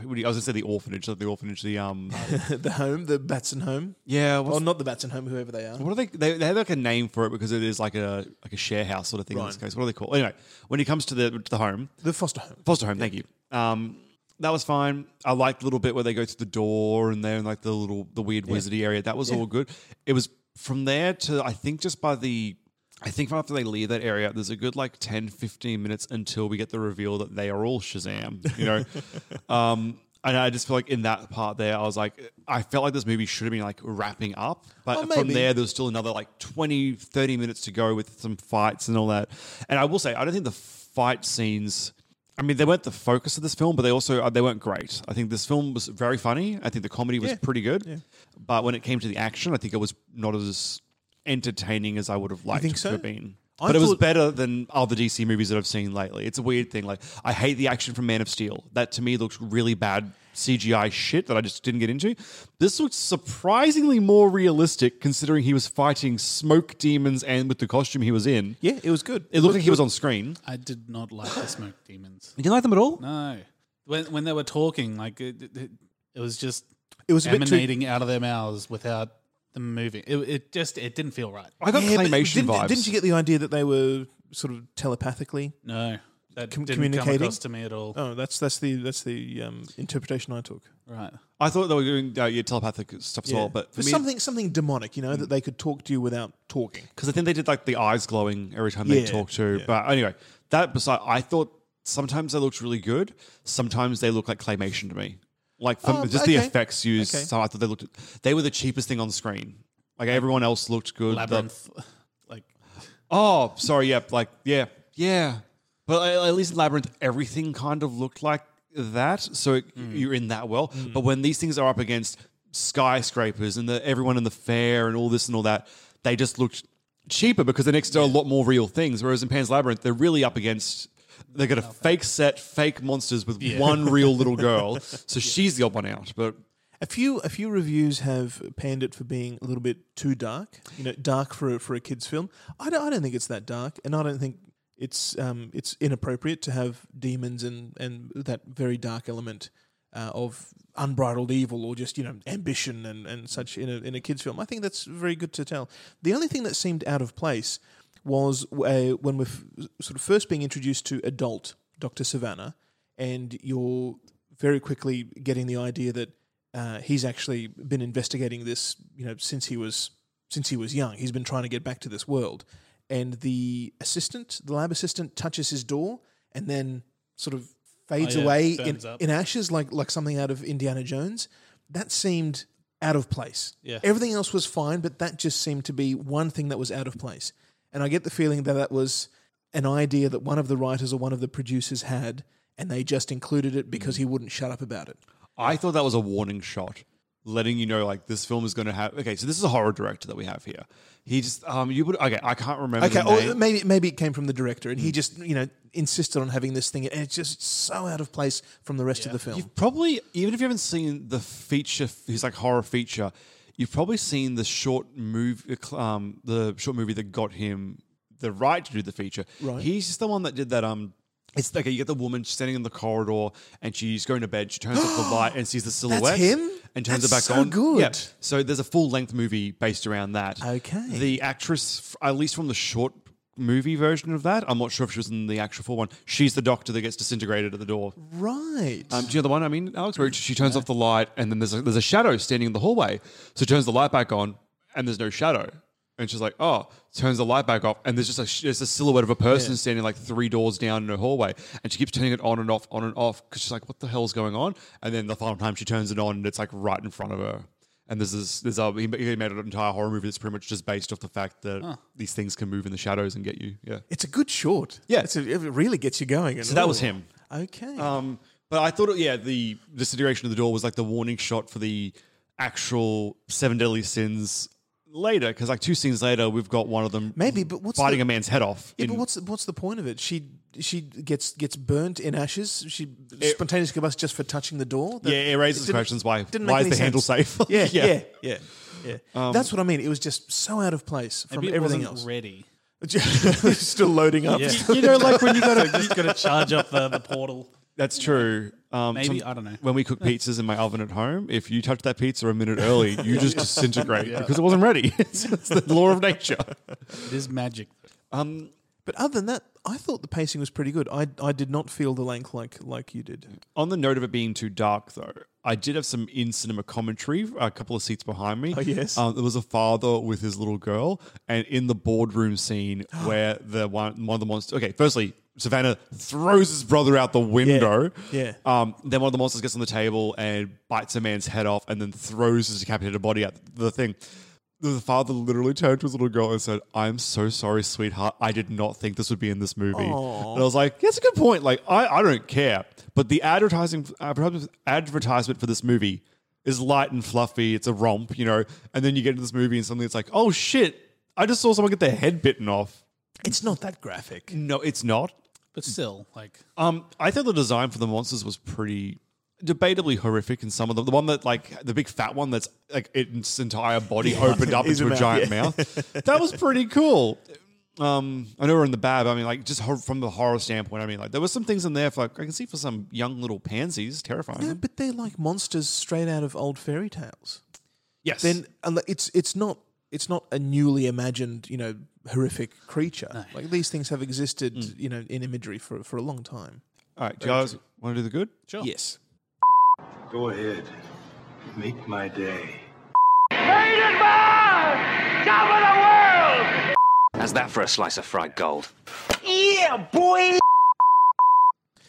Speaker 4: what do you, I was gonna say the orphanage, not the orphanage, the um,
Speaker 12: the home, the Batson home.
Speaker 4: yeah,
Speaker 12: Well,
Speaker 4: what's,
Speaker 12: not the Batson home, whoever they are.
Speaker 4: what are they, they? They have like a name for it because it is like a like a share house sort of thing in this
Speaker 12: Right.
Speaker 4: case. What are they called? Anyway, when he comes to the to the home,
Speaker 12: The foster home.
Speaker 4: Foster home, thank you. Um, that was fine. I liked the little bit where they go through the door and they're in like the little the weird wizardy area. That was
Speaker 12: Yeah.
Speaker 4: all good. It was from there to I think just by the I think after they leave that area, there's a good like 10, 15 minutes until we get the reveal that they are all Shazam, you know? um, and I just feel like in that part there, I was like, I felt like this movie should have been like wrapping up. But
Speaker 12: Oh,
Speaker 4: from
Speaker 12: maybe.
Speaker 4: there, there was still another like 20, 30 minutes to go with some fights and all that. And I will say, I don't think the fight scenes. I mean, they weren't the focus of this film, but they also uh, they weren't great. I think this film was very funny. I think the comedy was
Speaker 12: Yeah.
Speaker 4: pretty good,
Speaker 12: Yeah.
Speaker 4: but when it came to the action, I think it was not as entertaining as I would have liked
Speaker 12: think
Speaker 4: it
Speaker 12: so?
Speaker 4: to have been.
Speaker 12: I
Speaker 4: but it was
Speaker 12: thought-
Speaker 4: better than other DC movies that I've seen lately. It's a weird thing. Like I hate the action from Man of Steel. That to me looks really bad CGI shit that I just didn't get into. This looks surprisingly more realistic considering he was fighting smoke demons and with the costume he was in.
Speaker 12: Yeah, it was good.
Speaker 4: It looked like he was on screen.
Speaker 7: I did not like the smoke demons.
Speaker 4: You didn't like them at all?
Speaker 7: No, when when they were talking, like it, it, it was just
Speaker 12: It was a bit too-
Speaker 7: emanating out of their mouths without them moving. It, it just it didn't feel right.
Speaker 4: I got
Speaker 12: Yeah, but
Speaker 4: claymation
Speaker 12: didn't,
Speaker 4: vibes.
Speaker 12: Didn't you get the idea that they were sort of telepathically
Speaker 7: No, that
Speaker 12: com-
Speaker 7: didn't come
Speaker 12: communicating
Speaker 7: across to me at all.
Speaker 12: Oh, that's that's the that's the um, interpretation I took.
Speaker 7: Right.
Speaker 4: I thought they were doing uh, your telepathic stuff as well, but for me, Mm.
Speaker 12: something something demonic, you know, that they could talk to you without talking.
Speaker 4: because I think they did like the eyes glowing every time they
Speaker 12: Yeah,
Speaker 4: talked to.
Speaker 12: yeah.
Speaker 4: But anyway, that beside, I thought sometimes they looked really good. Sometimes they look like claymation to me. Like for
Speaker 12: Oh,
Speaker 4: just the
Speaker 12: okay.
Speaker 4: effects used,
Speaker 12: Okay.
Speaker 4: so I thought they looked. They were the cheapest thing on screen. Like everyone else looked good. The-
Speaker 7: Labyrinth, like
Speaker 4: oh, sorry. Yep. like yeah, yeah. But a- at least in labyrinth, everything kind of looked like that. So it, you're in that well. But when these things are up against skyscrapers and the, everyone in the fair and all this and all that, they just looked cheaper because they're next to a lot more real things. Whereas in Pan's Labyrinth, they're really up against. They got a fake set, fake monsters with one real little girl. So she's the odd one out. But
Speaker 12: A few a few reviews have panned it for being a little bit too dark. You know, dark for a- for a kids film. I don't, I don't think it's that dark, and I don't think it's um it's inappropriate to have demons and and that very dark element. Uh, of unbridled evil or just you know ambition and, and such in a, in a kids film I think that's very good to tell the only thing that seemed out of place was uh, when we're f- sort of first being introduced to adult Dr Savannah and you're very quickly getting the idea that uh, he's actually been investigating this, you know, since he was since he was young. He's been trying to get back to this world, and the assistant, the lab assistant, touches his door and then sort of fades
Speaker 7: Oh, yeah,
Speaker 12: away in,
Speaker 7: burns up.
Speaker 12: in ashes, like like something out of Indiana Jones. That seemed out of place.
Speaker 7: Yeah.
Speaker 12: Everything else was fine, but that just seemed to be one thing that was out of place. And I get the feeling that that was an idea that one of the writers or one of the producers had, and they just included it
Speaker 7: Mm.
Speaker 12: because he wouldn't shut up about it.
Speaker 4: I thought that was a warning shot, letting you know like this film is going to have. Okay, so this is a horror director that we have here. He just um you would okay I can't remember.
Speaker 12: Okay,
Speaker 4: the
Speaker 12: or
Speaker 4: name.
Speaker 12: maybe maybe it came from the director, and he just you know insisted on having this thing, and it's just so out of place from the rest of the film.
Speaker 4: You've probably even if you haven't seen the feature, his like horror feature, you've probably seen the short movie, um, the short movie that got him the right to do the feature.
Speaker 12: Right.
Speaker 4: He's just the one that did that. Um, it's like you get the woman she's standing in the corridor and she's going to bed. She turns off the light and sees the silhouette.
Speaker 12: him?
Speaker 4: And turns
Speaker 12: That's
Speaker 4: it back
Speaker 12: so
Speaker 4: on.
Speaker 12: good.
Speaker 4: Yeah. So there's a full length movie based around that. Okay. The actress, f- at least from the short movie version of that, I'm not sure if she was in the actual full one. She's the doctor that gets disintegrated at the door.
Speaker 12: Right.
Speaker 4: Um, do you know the one I mean, Alex? Where she turns off the light, and then there's a, there's a shadow standing in the hallway. So she turns the light back on, and there's no shadow. And she's like, "Oh!" Turns the light back off, and there's just a sh- there's a silhouette of a person
Speaker 12: Yeah.
Speaker 4: standing like three doors down in her hallway. And she keeps turning it on and off, on and off, because she's like, "What the hell's going on?" And then the final time she turns it on, and it's like right in front of her. And there's this there's a he he made an entire horror movie that's pretty much just based off the fact that
Speaker 12: Huh.
Speaker 4: these things can move in the shadows and get you. Yeah.
Speaker 12: It's a good short. Yeah, it's a, it really gets you going. and
Speaker 4: So that was
Speaker 12: ooh.
Speaker 4: him.
Speaker 12: Okay.
Speaker 4: Um, but I thought, yeah, the disintegration of the door was like the warning shot for the actual seven deadly sins later, because like two scenes later, we've got one of them
Speaker 12: Maybe, but what's
Speaker 4: biting
Speaker 12: the-
Speaker 4: a man's head off.
Speaker 12: Yeah, but
Speaker 4: in-
Speaker 12: what's the, what's the point of it? She she gets gets burnt in ashes. She spontaneous combust just for touching the door. That-
Speaker 4: Yeah, it raises
Speaker 12: didn't-
Speaker 4: questions why-
Speaker 12: didn't
Speaker 4: why
Speaker 12: make
Speaker 4: is
Speaker 12: any
Speaker 4: the handle
Speaker 12: sense.
Speaker 4: safe?
Speaker 12: yeah,
Speaker 4: Yeah.
Speaker 12: yeah, yeah, yeah.
Speaker 4: Um,
Speaker 12: That's what I mean. It was just so out of place from
Speaker 7: Maybe it
Speaker 12: everything
Speaker 7: wasn't
Speaker 12: else.
Speaker 7: ready.
Speaker 12: Still loading up.
Speaker 7: Yeah.
Speaker 12: Still-
Speaker 7: You know, like when you gotta just gotta charge up the, the portal.
Speaker 4: That's true. Um,
Speaker 7: Maybe, I don't know.
Speaker 4: When we cook pizzas in my oven at home, if you touch that pizza a minute early, you just
Speaker 7: Yeah.
Speaker 4: disintegrate
Speaker 7: Yeah.
Speaker 4: because it wasn't ready. it's, it's the law of nature.
Speaker 7: It is magic.
Speaker 4: Um,
Speaker 12: but other than that, I thought the pacing was pretty good. I I did not feel the length like like you did.
Speaker 4: On the note of it being too dark, though, I did have some in cinema commentary a couple of seats behind me.
Speaker 12: Oh, yes.
Speaker 4: um, there was a father with his little girl, and in the boardroom scene where the one one of the monsters. Okay, firstly, Savannah throws his brother out the window.
Speaker 12: Yeah.
Speaker 4: Um, then one of the monsters gets on the table and bites a man's head off, and then throws his decapitated body out the thing. The father literally turned to his little girl and said, "I'm so sorry, sweetheart. I did not think this would be in this movie."
Speaker 12: Aw.
Speaker 4: And I was like, "That's a good point. Like, I, I don't care." But the advertising advertisement for this movie is light and fluffy. It's a romp, you know. And then you get into this movie and suddenly it's like, "Oh shit! I just saw someone get their head bitten off."
Speaker 12: It's not that graphic. Uh,
Speaker 4: No, it's not.
Speaker 7: But still, like
Speaker 4: Um, I thought the design for the monsters was pretty debatably horrific in some of them. The one that like the big fat one that's like its entire body
Speaker 12: Yeah.
Speaker 4: opened up
Speaker 12: Is
Speaker 4: into a,
Speaker 12: a mouth,
Speaker 4: giant
Speaker 12: yeah.
Speaker 4: mouth. That was pretty cool. Um, I know we're in the bad, but I mean, like just hor- from the horror standpoint, I mean, like there were some things in there for like I can see for some young little pansies, terrifying.
Speaker 12: No, Uh, but they're like monsters straight out of old fairy tales.
Speaker 4: Yes.
Speaker 12: Then unle- it's it's not it's not a newly imagined you know horrific creature. Like these things have existed you know in imagery for for a long time.
Speaker 4: All right, do you guys want to do the good?
Speaker 7: Sure.
Speaker 12: Yes.
Speaker 17: Go ahead. Make my day.
Speaker 13: How's that for a slice of fried gold?
Speaker 6: Yeah, boy!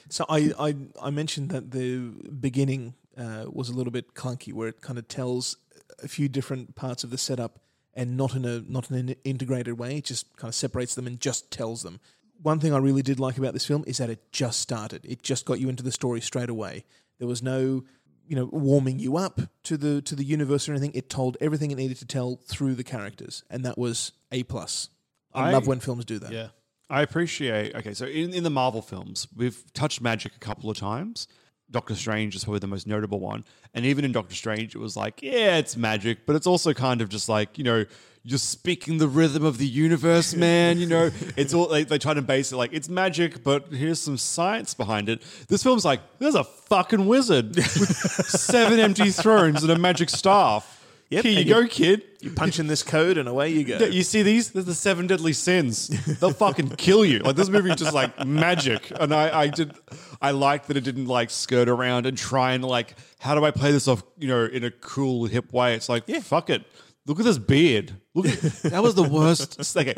Speaker 12: So I I, I mentioned that the beginning uh, was a little bit clunky, where it kind of tells a few different parts of the setup, and not in a not in an integrated way. It just kind of separates them and just tells them. One thing I really did like about this film is that it just started. It just got you into the story straight away. There was no you know warming you up to the to the universe or anything. It told everything it needed to tell through the characters, and that was a plus. I, love when films do that.
Speaker 4: I appreciate. Okay, so in, in the Marvel films, we've touched magic a couple of times, Doctor Strange is probably the most notable one. And even in Doctor Strange, it was like, yeah, it's magic, but it's also kind of just like, you know, you're speaking the rhythm of the universe, man. You know, it's all they, they try to base it like it's magic, but here's some science behind it. This film's like, there's a fucking wizard with seven empty thrones and a magic staff.
Speaker 12: Yep,
Speaker 4: Here you
Speaker 12: and
Speaker 4: go,
Speaker 12: you-
Speaker 4: kid.
Speaker 12: You punch in this code and away you go.
Speaker 4: You see these? There's the seven deadly sins. They'll fucking kill you. Like this movie is just like magic. And I, I did I liked that it didn't like skirt around and try and like, how do I play this off, you know, in a cool hip way? It's like, yeah, fuck it. Look at this beard. Look at, that was the worst. Okay.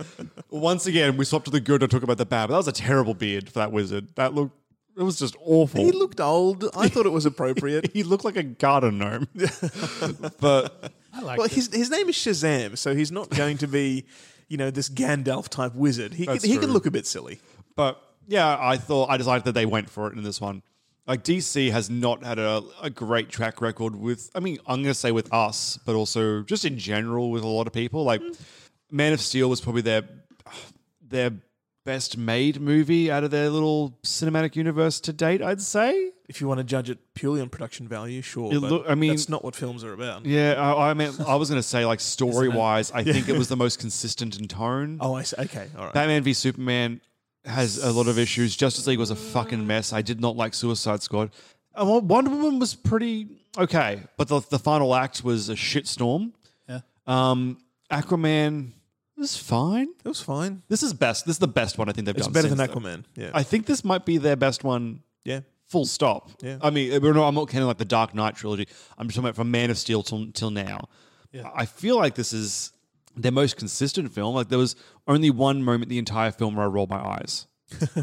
Speaker 4: Once again, we swapped to the good and talk about the bad, but that was a terrible beard for that wizard. That looked it was just awful.
Speaker 12: He looked old. I thought it was appropriate.
Speaker 4: he looked like a garden gnome. but
Speaker 12: I like well, his, his name is Shazam, so he's not going to be, you know, this Gandalf type wizard. He, could,
Speaker 4: That's
Speaker 12: he could
Speaker 4: true.
Speaker 12: look a bit silly.
Speaker 4: But yeah, I thought I just liked that they went for it in this one. Like DC has not had a, a great track record with. I mean, I'm gonna say with us, but also just in general with a lot of people. Like Man of Steel was probably their their best made movie out of their little cinematic universe to date. I'd say.
Speaker 12: If you want to judge it purely on production value, sure.
Speaker 4: It
Speaker 12: but
Speaker 4: look- I mean-
Speaker 12: that's not what films are about.
Speaker 4: Yeah, I, I mean, I was gonna say like story wise, I
Speaker 12: Yeah.
Speaker 4: think it was the most consistent in tone.
Speaker 12: Oh, I see. Okay, all right.
Speaker 4: Batman v Superman has a lot of issues. Justice League was a fucking mess. I did not like Suicide Squad. And Wo- Wonder Woman was pretty okay, but the, the final act was a shitstorm.
Speaker 7: Yeah.
Speaker 4: Um, Aquaman was fine.
Speaker 12: It was fine.
Speaker 4: This is best. This is the best one I think they've
Speaker 12: It's
Speaker 4: done.
Speaker 12: better than
Speaker 4: since then.
Speaker 12: Aquaman, yeah.
Speaker 4: I think this might be their best one.
Speaker 12: Yeah.
Speaker 4: Full stop.
Speaker 12: Yeah.
Speaker 4: I mean, eh, we're not, I'm not counting like the Dark Knight trilogy. I'm just talking about from Man of Steel till, till now.
Speaker 12: Yeah.
Speaker 4: I feel like this is their most consistent film. Like there was only one moment the entire film where I rolled my eyes.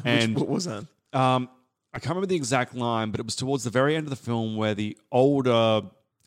Speaker 4: and
Speaker 12: what was that?
Speaker 4: Um, I can't remember the exact line, but it was towards the very end of the film where the older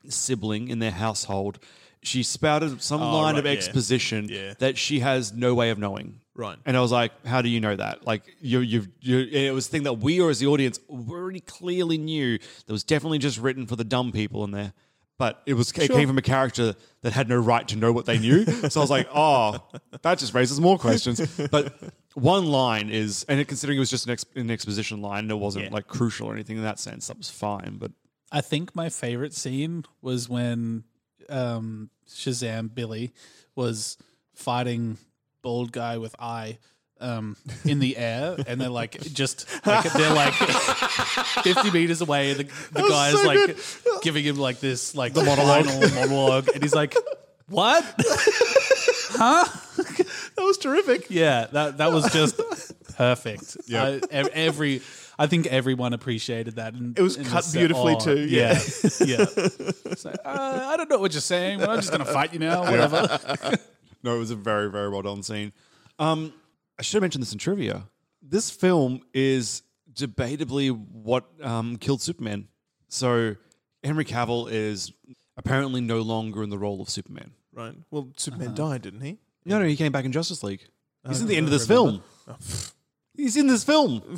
Speaker 4: sibling in their household she spouted some
Speaker 12: Oh,
Speaker 4: line
Speaker 12: right,
Speaker 4: of
Speaker 12: yeah.
Speaker 4: exposition
Speaker 12: Yeah.
Speaker 4: that she has no way of knowing.
Speaker 12: Right.
Speaker 4: And I was like, how do you know that? Like, you, you've, you, and it was a thing that we or as the audience already clearly knew that was definitely just written for the dumb people in there. But it was, it
Speaker 12: Sure.
Speaker 4: came from a character that had no right to know what they knew. so I was like, oh, that just raises more questions. But one line is, and it, considering it was just an, ex, an exposition line, and it wasn't
Speaker 7: Yeah.
Speaker 4: like crucial or anything in that sense, that was fine. But
Speaker 7: I think my favorite scene was when um, Shazam Billy was fighting bald guy with eye um, in the air, and they're like just like, they're like fifty meters away. The, the
Speaker 12: was
Speaker 7: guy's
Speaker 12: so
Speaker 7: like
Speaker 12: good.
Speaker 7: giving him like this like
Speaker 12: The monologue.
Speaker 7: final monologue, and he's like, "What? huh?
Speaker 12: That was terrific.
Speaker 7: Yeah, that that was just perfect.
Speaker 12: Yeah.
Speaker 7: I- ev- every I think everyone appreciated that. And
Speaker 12: It was cut beautifully too, yeah.
Speaker 7: Oh, yeah. It's like, uh, I don't know what you're saying, but I'm just gonna fight you now. Whatever.
Speaker 4: no, it was a very, very well done scene. Um, I should have mentioned this in trivia. This film is debatably what um, killed Superman. So Henry Cavill is apparently no longer in the role of Superman.
Speaker 12: Right. Well, Superman died, didn't he?
Speaker 4: No, no, he came back in Justice League. He's
Speaker 12: I
Speaker 4: in
Speaker 12: don't
Speaker 4: the Uh, end of this
Speaker 12: remember. Oh,
Speaker 4: film. He's in this film.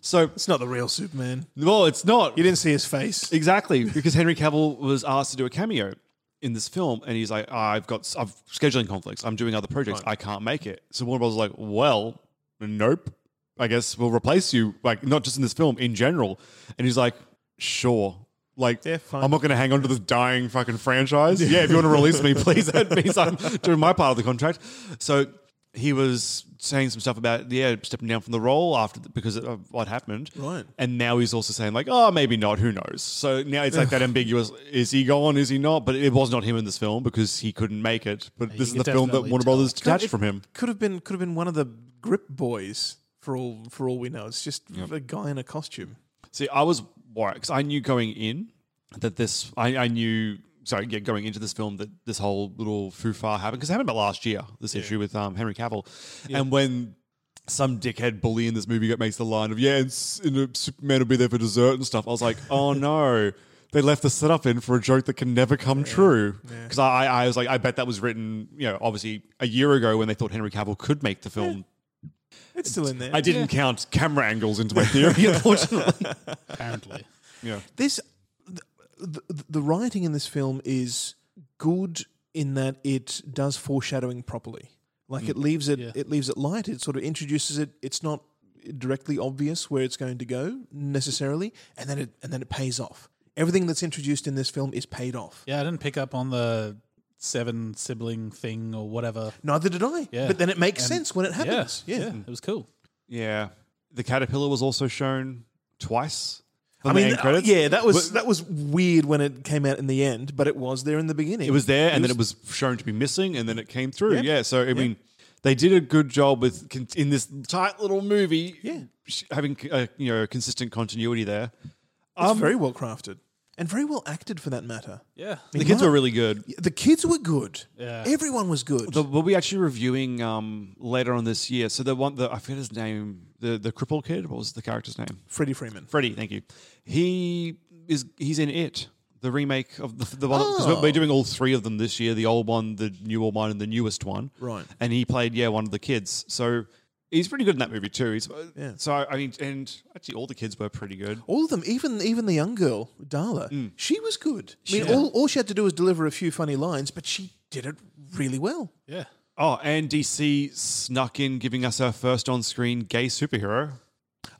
Speaker 4: So
Speaker 12: It's not the real Superman.
Speaker 4: well, it's not.
Speaker 12: You didn't see his face.
Speaker 4: Exactly, because Henry Cavill was asked to do a cameo in this film, and he's like, "I've got, I've scheduling conflicts. I'm doing other projects. I can't make it." So Warner Bros. was like, "Well, nope. I guess we'll replace you. Like, not just in this film, in general." And he's like, "Sure." Like, I'm not going to hang on to this dying fucking franchise. Yeah, if you want to release me, please. That means I'm doing my part of the contract. So he was saying some stuff about yeah stepping down from the role after the, because of what happened.
Speaker 12: Right.
Speaker 4: And now he's also saying like, oh, maybe not. Who knows? So now it's like that ambiguous: is he gone? Is he not? But it was not him in this film because he couldn't make it. But this is
Speaker 7: could
Speaker 4: the film that
Speaker 7: definitely
Speaker 4: Warner
Speaker 7: tell.
Speaker 4: Brothers
Speaker 7: Could-
Speaker 4: detached
Speaker 12: it
Speaker 4: from him.
Speaker 12: Could have been could have been one of the grip boys for all for all we know. It's just a guy in a costume.
Speaker 4: See, I was worried because I knew going in that this, I, I knew, sorry, yeah, going into this film that this whole little foo far happened because it happened about last year, this issue with um, Henry Cavill. And when some dickhead bully in this movie got- makes the line of, yeah, and, S- and uh, Superman will be there for dessert and stuff, I was like, oh no. They left the setup in for a joke that can never come true. Because I, I was like, I bet that was written, you know, obviously a year ago when they thought Henry Cavill could make the film.
Speaker 12: It's still in there.
Speaker 4: I didn't count camera angles into my theory, unfortunately.
Speaker 7: Apparently,
Speaker 4: yeah.
Speaker 12: This th- the, the writing in this film is good in that it does foreshadowing properly. Like it leaves it it leaves it light. It sort of introduces it. It's not directly obvious where it's going to go necessarily, and then it and then it pays off. Everything that's introduced in this film is paid off.
Speaker 7: Yeah, I didn't pick up on the seven sibling thing or whatever.
Speaker 12: Neither did I.
Speaker 7: Yeah.
Speaker 12: But then it makes
Speaker 7: And-
Speaker 12: sense when it happens.
Speaker 7: Yeah,
Speaker 12: Yeah. Hmm.
Speaker 7: yeah, it was cool.
Speaker 4: Yeah. The caterpillar was also shown twice.
Speaker 12: I mean, uh,
Speaker 4: end credits.
Speaker 12: yeah, that was
Speaker 4: But
Speaker 12: that was weird when it came out in the end, but it was there in the beginning.
Speaker 4: it was there, and then it was shown to be missing, and then it came through.
Speaker 12: Yeah.
Speaker 4: Yeah. So I
Speaker 12: Yeah.
Speaker 4: mean, they did a good job with con- in this tight little movie.
Speaker 12: Yeah.
Speaker 4: Having uh, you know consistent continuity there.
Speaker 12: It's very well crafted um, and very well acted for that matter. I
Speaker 7: Yeah.
Speaker 12: mean,
Speaker 4: the kids
Speaker 12: Mark-
Speaker 4: were really good.
Speaker 12: The kids were good.
Speaker 7: Yeah.
Speaker 12: Everyone was good.
Speaker 4: The, we'll be actually reviewing um, later on this year. So the one, the, I forget his name, the the cripple kid. What was the character's name?
Speaker 12: Freddie Freeman.
Speaker 4: Freddie, thank you. He is he's in it, the remake of the, the one because
Speaker 12: Oh.
Speaker 4: we're, we're doing all three of them this year: the old one, the newer one, and the newest one.
Speaker 12: Right.
Speaker 4: And he played yeah one of the kids. So he's pretty good in that movie too. He's, uh,
Speaker 12: Yeah.
Speaker 4: So I mean, and actually all the kids were pretty good.
Speaker 12: All of them, even even the young girl, Darla, she was good. I mean,
Speaker 4: Mm. Yeah.
Speaker 12: all, all she had to do was deliver a few funny lines, but she did it really well.
Speaker 7: Yeah.
Speaker 4: Oh, and DC snuck in, giving us our first on-screen gay superhero.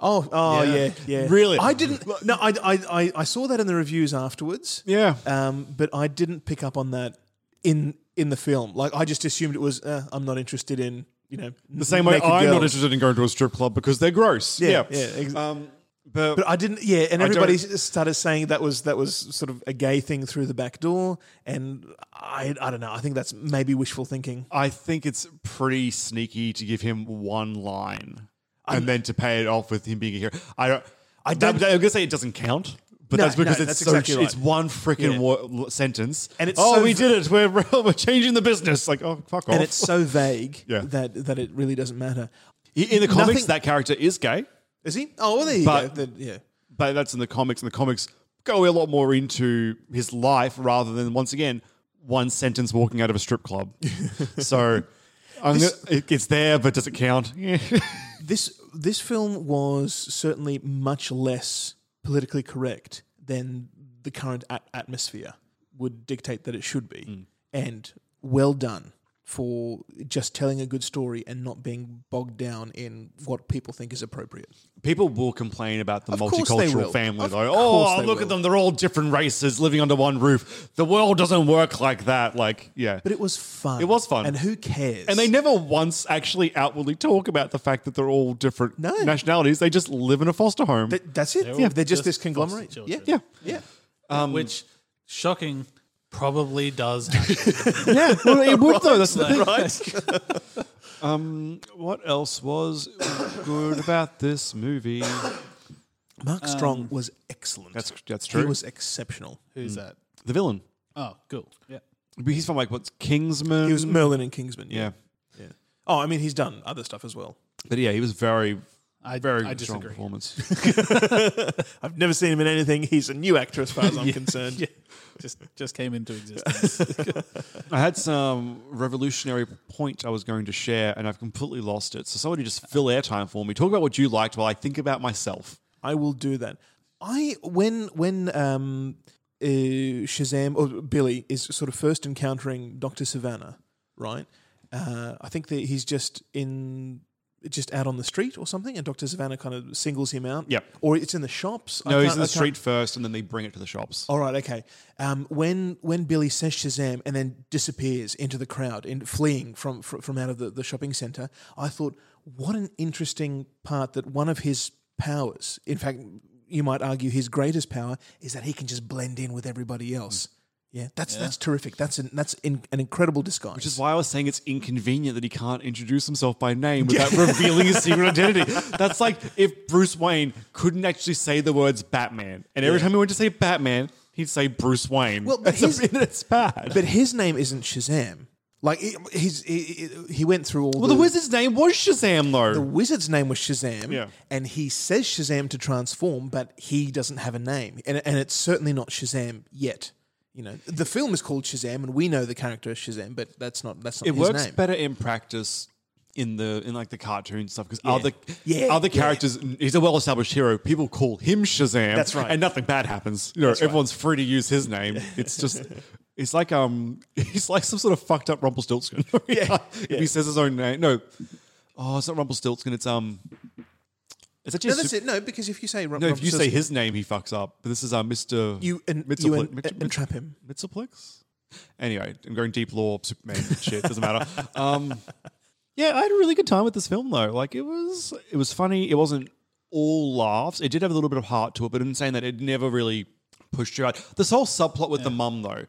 Speaker 12: Oh, oh
Speaker 4: Yeah.
Speaker 12: yeah, yeah.
Speaker 4: Really?
Speaker 12: I didn't. No, I, I, I, I saw that in the reviews afterwards.
Speaker 4: Yeah.
Speaker 12: Um, but I didn't pick up on that in in the film. Like, I just assumed it was. Uh, I'm not interested in you know
Speaker 4: The same way
Speaker 12: naked
Speaker 4: I'm
Speaker 12: girls.
Speaker 4: not interested in going to a strip club because they're gross.
Speaker 12: Yeah,
Speaker 4: Yeah,
Speaker 12: yeah, ex-
Speaker 4: um, but,
Speaker 12: But I didn't. Yeah, and
Speaker 4: I don't-
Speaker 12: everybody s- started saying that was that was sort of a gay thing through the back door, and I I don't know. I think that's maybe wishful thinking.
Speaker 4: I think it's pretty sneaky to give him one line and then to pay it off with him being a hero. I don't. I
Speaker 12: don't-
Speaker 4: I'm gonna say it doesn't count, but
Speaker 12: No,
Speaker 4: that's because
Speaker 12: no,
Speaker 4: it's
Speaker 12: that's
Speaker 4: so.
Speaker 12: exactly right.
Speaker 4: It's one freaking
Speaker 12: Yeah.
Speaker 4: wo- sentence,
Speaker 12: And it's
Speaker 4: oh,
Speaker 12: so
Speaker 4: we
Speaker 12: v-
Speaker 4: did it. We're we're changing the business. Like oh, fuck off.
Speaker 12: And it's so vague
Speaker 4: Yeah.
Speaker 12: that that it really doesn't matter.
Speaker 4: in the comics
Speaker 12: Nothing-
Speaker 4: that character is gay,
Speaker 12: is he? Oh, well, there you go.
Speaker 4: but
Speaker 12: Then, yeah.
Speaker 4: but that's in the comics. And the comics go a lot more into his life rather than once again one sentence walking out of a strip club. so. I'm
Speaker 12: This-
Speaker 4: gonna, it- it's there, but does it count? Yeah.
Speaker 12: This this film was certainly much less politically correct than the current at- atmosphere would dictate that it should be.
Speaker 4: Mm.
Speaker 12: And well done for just telling a good story and not being bogged down in what people think is appropriate.
Speaker 4: People will complain about the
Speaker 12: Of course they will.
Speaker 4: multicultural family,
Speaker 12: Of
Speaker 4: though.
Speaker 12: course
Speaker 4: Oh,
Speaker 12: they
Speaker 4: look
Speaker 12: will.
Speaker 4: at them. They're all different races living under one roof. The world doesn't work like that. Like, yeah.
Speaker 12: But it was fun.
Speaker 4: It was fun.
Speaker 12: And who cares?
Speaker 4: and they never once actually outwardly talk about the fact that they're all different
Speaker 12: No.
Speaker 4: nationalities. They just live in a foster home.
Speaker 12: Th- that's it.
Speaker 7: They're
Speaker 12: yeah,
Speaker 7: all
Speaker 12: they're just,
Speaker 7: just
Speaker 12: this
Speaker 7: foster
Speaker 12: conglomerate. Yeah,
Speaker 7: children.
Speaker 12: yeah, yeah.
Speaker 7: Which, shocking, probably does happen.
Speaker 4: yeah, well, it would though. That's the thing.
Speaker 12: right.
Speaker 4: Um, what else was good about this movie?
Speaker 12: Mark Strong was excellent.
Speaker 4: That's that's
Speaker 12: he
Speaker 4: true.
Speaker 12: was exceptional.
Speaker 7: Who's that?
Speaker 4: the villain.
Speaker 12: Hmm.
Speaker 7: Oh, cool. Yeah.
Speaker 4: He's from like what's Kingsman.
Speaker 12: He was Merlin in Kingsman. Yeah.
Speaker 4: yeah,
Speaker 12: yeah. Oh, I mean, he's done other stuff as well.
Speaker 4: but yeah, he was very,
Speaker 7: I-
Speaker 4: very
Speaker 7: I
Speaker 4: strong
Speaker 7: disagree.
Speaker 4: performance.
Speaker 12: I've never seen him in anything. He's a new actor, as far as I'm concerned.
Speaker 7: Yeah. Just just came into existence.
Speaker 4: I had some revolutionary point I was going to share, and I've completely lost it. So somebody just fill airtime for me. Talk about what you liked while I think about myself.
Speaker 12: I will do that. I when when um, uh, Shazam or Billy is sort of first encountering Doctor Savannah, right? Uh, I think that he's just in just out on the street or something, and Doctor Savannah kind of singles him out.
Speaker 4: Yep.
Speaker 12: Or it's in the shops. I
Speaker 4: No, he's
Speaker 12: can't- Oh,
Speaker 4: in
Speaker 12: I
Speaker 4: the
Speaker 12: can't-
Speaker 4: street first, and then they bring it to the shops.
Speaker 12: All right, okay. Um, when when Billy says Shazam and then disappears into the crowd and fleeing from from, from out of the, the shopping center, I thought, what an interesting part that one of his powers, in fact, you might argue his greatest power is that he can just blend in with everybody else. Yeah, that's that's terrific. That's an that's in, an incredible disguise.
Speaker 4: Hmm. Which is why I was saying it's inconvenient that he can't introduce himself by name without revealing his secret identity. That's like if Bruce Wayne couldn't actually say the words Batman, and every
Speaker 12: Yeah.
Speaker 4: time he went to say Batman, he'd say Bruce Wayne.
Speaker 12: Well, but
Speaker 4: it's, a-
Speaker 12: his-
Speaker 4: it's bad.
Speaker 12: but his name isn't Shazam. Like he, he's he, he went through all.
Speaker 4: well, the, wizard's name was Shazam, though.
Speaker 12: The wizard's name was Shazam,
Speaker 4: Yeah.
Speaker 12: and he says Shazam to transform, but he doesn't have a name, and, and it's certainly not Shazam yet. You know, the film is called Shazam, and we know the character is Shazam, but that's not that's not
Speaker 4: it
Speaker 12: his
Speaker 4: works
Speaker 12: name.
Speaker 4: better in practice in the in like the cartoon stuff because
Speaker 12: Yeah.
Speaker 4: other
Speaker 12: Yeah,
Speaker 4: other
Speaker 12: yeah.
Speaker 4: characters he's a well established hero people call him Shazam
Speaker 12: That's right.
Speaker 4: and nothing bad happens you know
Speaker 12: That's right.
Speaker 4: everyone's free to use his name it's just it's like um he's like some sort of fucked up Rumpelstiltskin yeah, if
Speaker 12: yeah.
Speaker 4: he says his own name no oh it's not Rumpelstiltskin it's um It's
Speaker 12: No,
Speaker 4: actually
Speaker 12: that's
Speaker 4: su-
Speaker 12: it. No, because if you say Rob
Speaker 4: no, if you say
Speaker 12: Robicheski-
Speaker 4: his name, he fucks up. But this is our Mister.
Speaker 12: You en- you en- entrap him.
Speaker 4: Mitzaplex. Anyway, I'm going deep lore, Superman shit. Doesn't matter. Um, yeah, I had a really good time with this film though. Like it was, it was funny. It wasn't all laughs. It did have a little bit of heart to it, but in saying that, it never really pushed you out. This whole subplot with the mum though,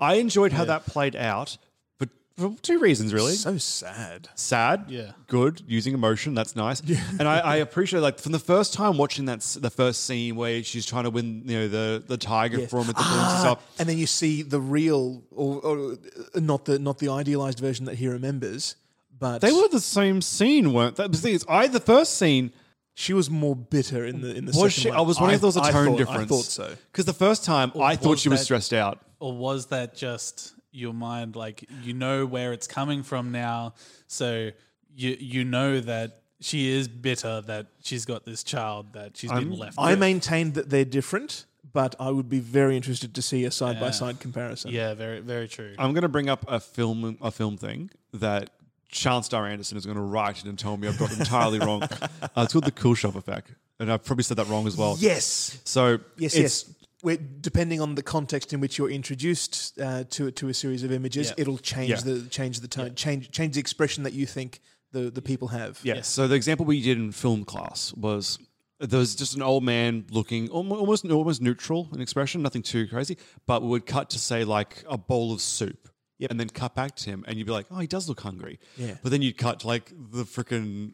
Speaker 4: I enjoyed how that played out. For, for two reasons, really.
Speaker 12: So sad.
Speaker 4: Sad.
Speaker 12: Yeah.
Speaker 4: Good. Using emotion. That's nice. and I, I appreciate like from the first time watching that s- the first scene where she's trying to win, you know, the the tiger
Speaker 12: Yes.
Speaker 4: from at the balloons and
Speaker 12: Ah,
Speaker 4: stuff.
Speaker 12: and then you see the real, or, or uh, not the not the idealized version that he remembers, but
Speaker 4: They were the same scene, weren't they? The thing is, I the first scene.
Speaker 12: She was more bitter in the in the
Speaker 4: was
Speaker 12: second
Speaker 4: she?
Speaker 12: one.
Speaker 4: I was wondering if there was a
Speaker 12: I
Speaker 4: tone
Speaker 12: thought-
Speaker 4: difference.
Speaker 12: I thought so.
Speaker 4: Because the first time I thought
Speaker 7: was
Speaker 4: she was
Speaker 7: that-
Speaker 4: stressed out.
Speaker 7: Or was that just your mind? Like you know where it's coming from now, so you you know that she is bitter that she's got this child that she's been left.
Speaker 12: I
Speaker 7: with.
Speaker 12: maintained that they're different, but I would be very interested to see a side by side comparison.
Speaker 7: Yeah, very very true.
Speaker 4: I'm going to bring up a film a film thing that Chance Star Anderson is going to write and tell me I've got entirely wrong. Uh, it's called the Cool Shop Effect, and I've probably said that wrong as well.
Speaker 12: Yes.
Speaker 4: So
Speaker 12: Yes,
Speaker 4: it's-
Speaker 12: yes. We're, depending on the context in which you're introduced uh, to to a series of images,
Speaker 4: Yeah.
Speaker 12: it'll change
Speaker 4: Yeah.
Speaker 12: the change the tone, change change the expression that you think the, the people have.
Speaker 4: Yeah. So the example we did in film class was there was just an old man looking almo- almost almost neutral in expression, nothing too crazy, but we would cut to say like a bowl of soup. And then cut back to him, and you'd be like, "Oh, he does look hungry."
Speaker 12: Yeah.
Speaker 4: But then you'd cut to like the freaking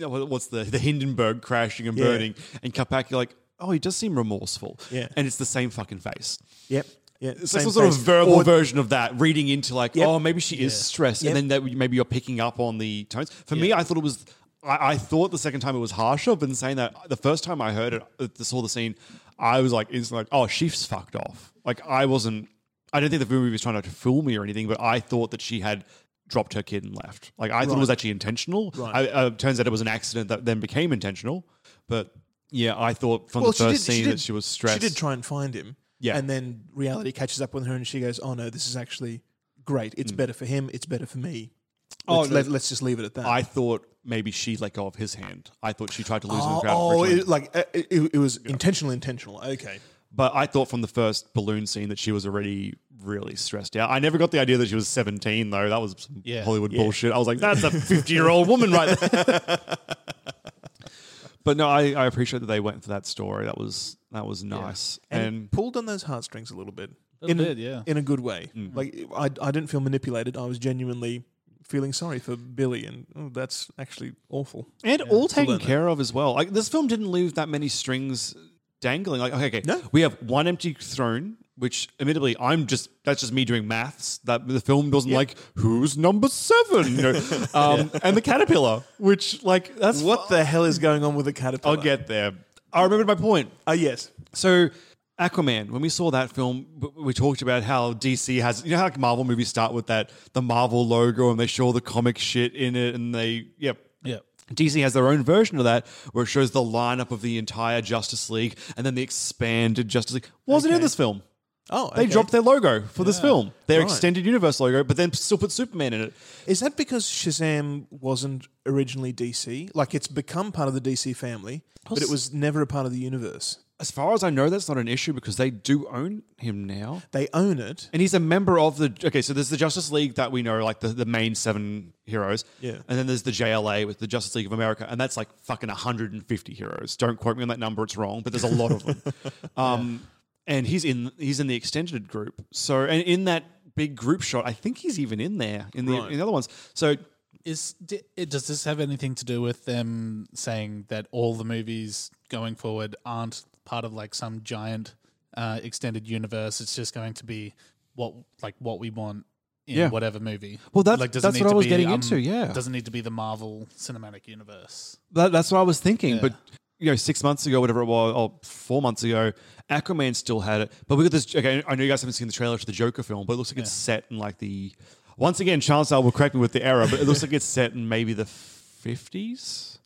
Speaker 4: what's the the Hindenburg crashing and
Speaker 12: Yeah.
Speaker 4: burning, and cut back. You're like, "Oh, he does seem remorseful."
Speaker 12: Yeah.
Speaker 4: And it's the same fucking face.
Speaker 12: Yep. Yeah.
Speaker 4: It's
Speaker 12: same
Speaker 4: some sort of
Speaker 12: face.
Speaker 4: verbal
Speaker 12: Or-
Speaker 4: version of that, reading into like,
Speaker 12: Yep.
Speaker 4: oh, maybe she is
Speaker 12: Yeah.
Speaker 4: stressed,
Speaker 12: Yep.
Speaker 4: and then that maybe you're picking up on the tones. For me, I thought it was. I, I thought the second time it was harsher, but in saying that, the first time I heard it, uh, saw the scene, I was like, instantly like, oh, she's fucked off. Like I wasn't. I don't think the movie was trying to fool me or anything, but I thought that she had dropped her kid and left. Like I thought it was
Speaker 12: Right.
Speaker 4: actually intentional.
Speaker 12: Right.
Speaker 4: I, uh, turns out it was an accident that then became intentional. But yeah, I thought from the first scene that she was stressed.
Speaker 12: She did try and find him.
Speaker 4: Yeah.
Speaker 12: And then reality catches up with her and she goes, oh no, this is actually great. It's better for him. It's better for me.
Speaker 4: Mm. Oh,
Speaker 12: Let's,
Speaker 4: no.
Speaker 12: let, us just leave it at that.
Speaker 4: I thought maybe she let go of his hand. I thought she tried to lose him in
Speaker 12: oh,
Speaker 4: the crowd.
Speaker 12: oh,
Speaker 4: originally.
Speaker 12: it, like uh, it, it was intentional, intentional. Okay.
Speaker 4: but I thought from the first balloon scene that she was already really stressed out. I never got the idea that she was 17, though. That was some
Speaker 12: Yeah.
Speaker 4: Hollywood
Speaker 12: Yeah.
Speaker 4: bullshit. I was like, that's a 50 year old woman right there. but no, I, I appreciate that they went for that story. That was that was nice.
Speaker 12: And, it
Speaker 4: And,
Speaker 12: pulled on those heartstrings a little bit. in,
Speaker 7: Little
Speaker 12: a-
Speaker 7: bit, yeah.
Speaker 12: In a good way.
Speaker 4: Mm.
Speaker 12: Like, I, I didn't feel manipulated. I was genuinely feeling sorry for Billy, and oh, that's actually awful.
Speaker 4: and all
Speaker 12: To
Speaker 4: taken
Speaker 12: learn that.
Speaker 4: care of as well. Like this film didn't leave that many strings dangling. Like okay, okay, we have one empty throne, which admittedly I'm just that's just me doing maths. That the film doesn't like who's number seven, you know? um, and the caterpillar, which like that's
Speaker 12: What the hell is going on with the caterpillar?
Speaker 4: I'll get there. I remembered my point.
Speaker 12: Oh yes.
Speaker 4: So Aquaman, when we saw that film, w- we talked about how DC has you know how like Marvel movies start with that the Marvel logo and they show all the comic shit in it and they yep.
Speaker 7: Yeah.
Speaker 4: DC has their own version of that where it shows the lineup of the entire Justice League and then the expanded Justice League. Wasn't in this film.
Speaker 12: Oh,
Speaker 4: They
Speaker 12: okay.
Speaker 4: dropped their logo for this film, their
Speaker 12: Right.
Speaker 4: extended universe logo, but then still put Superman in it.
Speaker 12: Is that because Shazam wasn't originally DC? Like it's become part of the DC family, but it was never a part of the universe.
Speaker 4: As far as I know, that's not an issue because they do own him now.
Speaker 12: They own it.
Speaker 4: And he's a member of the. Okay, so there's the Justice League that we know, like the, the main seven heroes.
Speaker 12: Yeah.
Speaker 4: And then there's the JLA with the Justice League of America, and that's like fucking 150 heroes. Don't quote me on that number; it's wrong, but there's a lot of them. Um, And he's in he's in the extended group. So and in that big group shot, I think he's even in there in the
Speaker 7: Right.
Speaker 4: in the other ones. So
Speaker 7: Is di- it, does this have anything to do with them saying that all the movies going forward aren't part of like some giant uh, extended universe? It's just going to be what like what we want in
Speaker 4: Yeah.
Speaker 7: whatever movie.
Speaker 4: Well, that's-
Speaker 7: like, does it
Speaker 4: that's
Speaker 7: need
Speaker 4: what I
Speaker 7: to
Speaker 4: was
Speaker 7: be, um,
Speaker 4: getting into, yeah.
Speaker 7: doesn't need to be the Marvel Cinematic Universe.
Speaker 4: That, that's what I was thinking. But you know, six months ago, whatever it was, or four months ago, Aquaman still had it. But we got this. Okay, I know you guys haven't seen the trailer to the Joker film, but it looks like it's set in like the. Once again, Chancellor will correct me with the error, but it looks like it's set in maybe the fifties.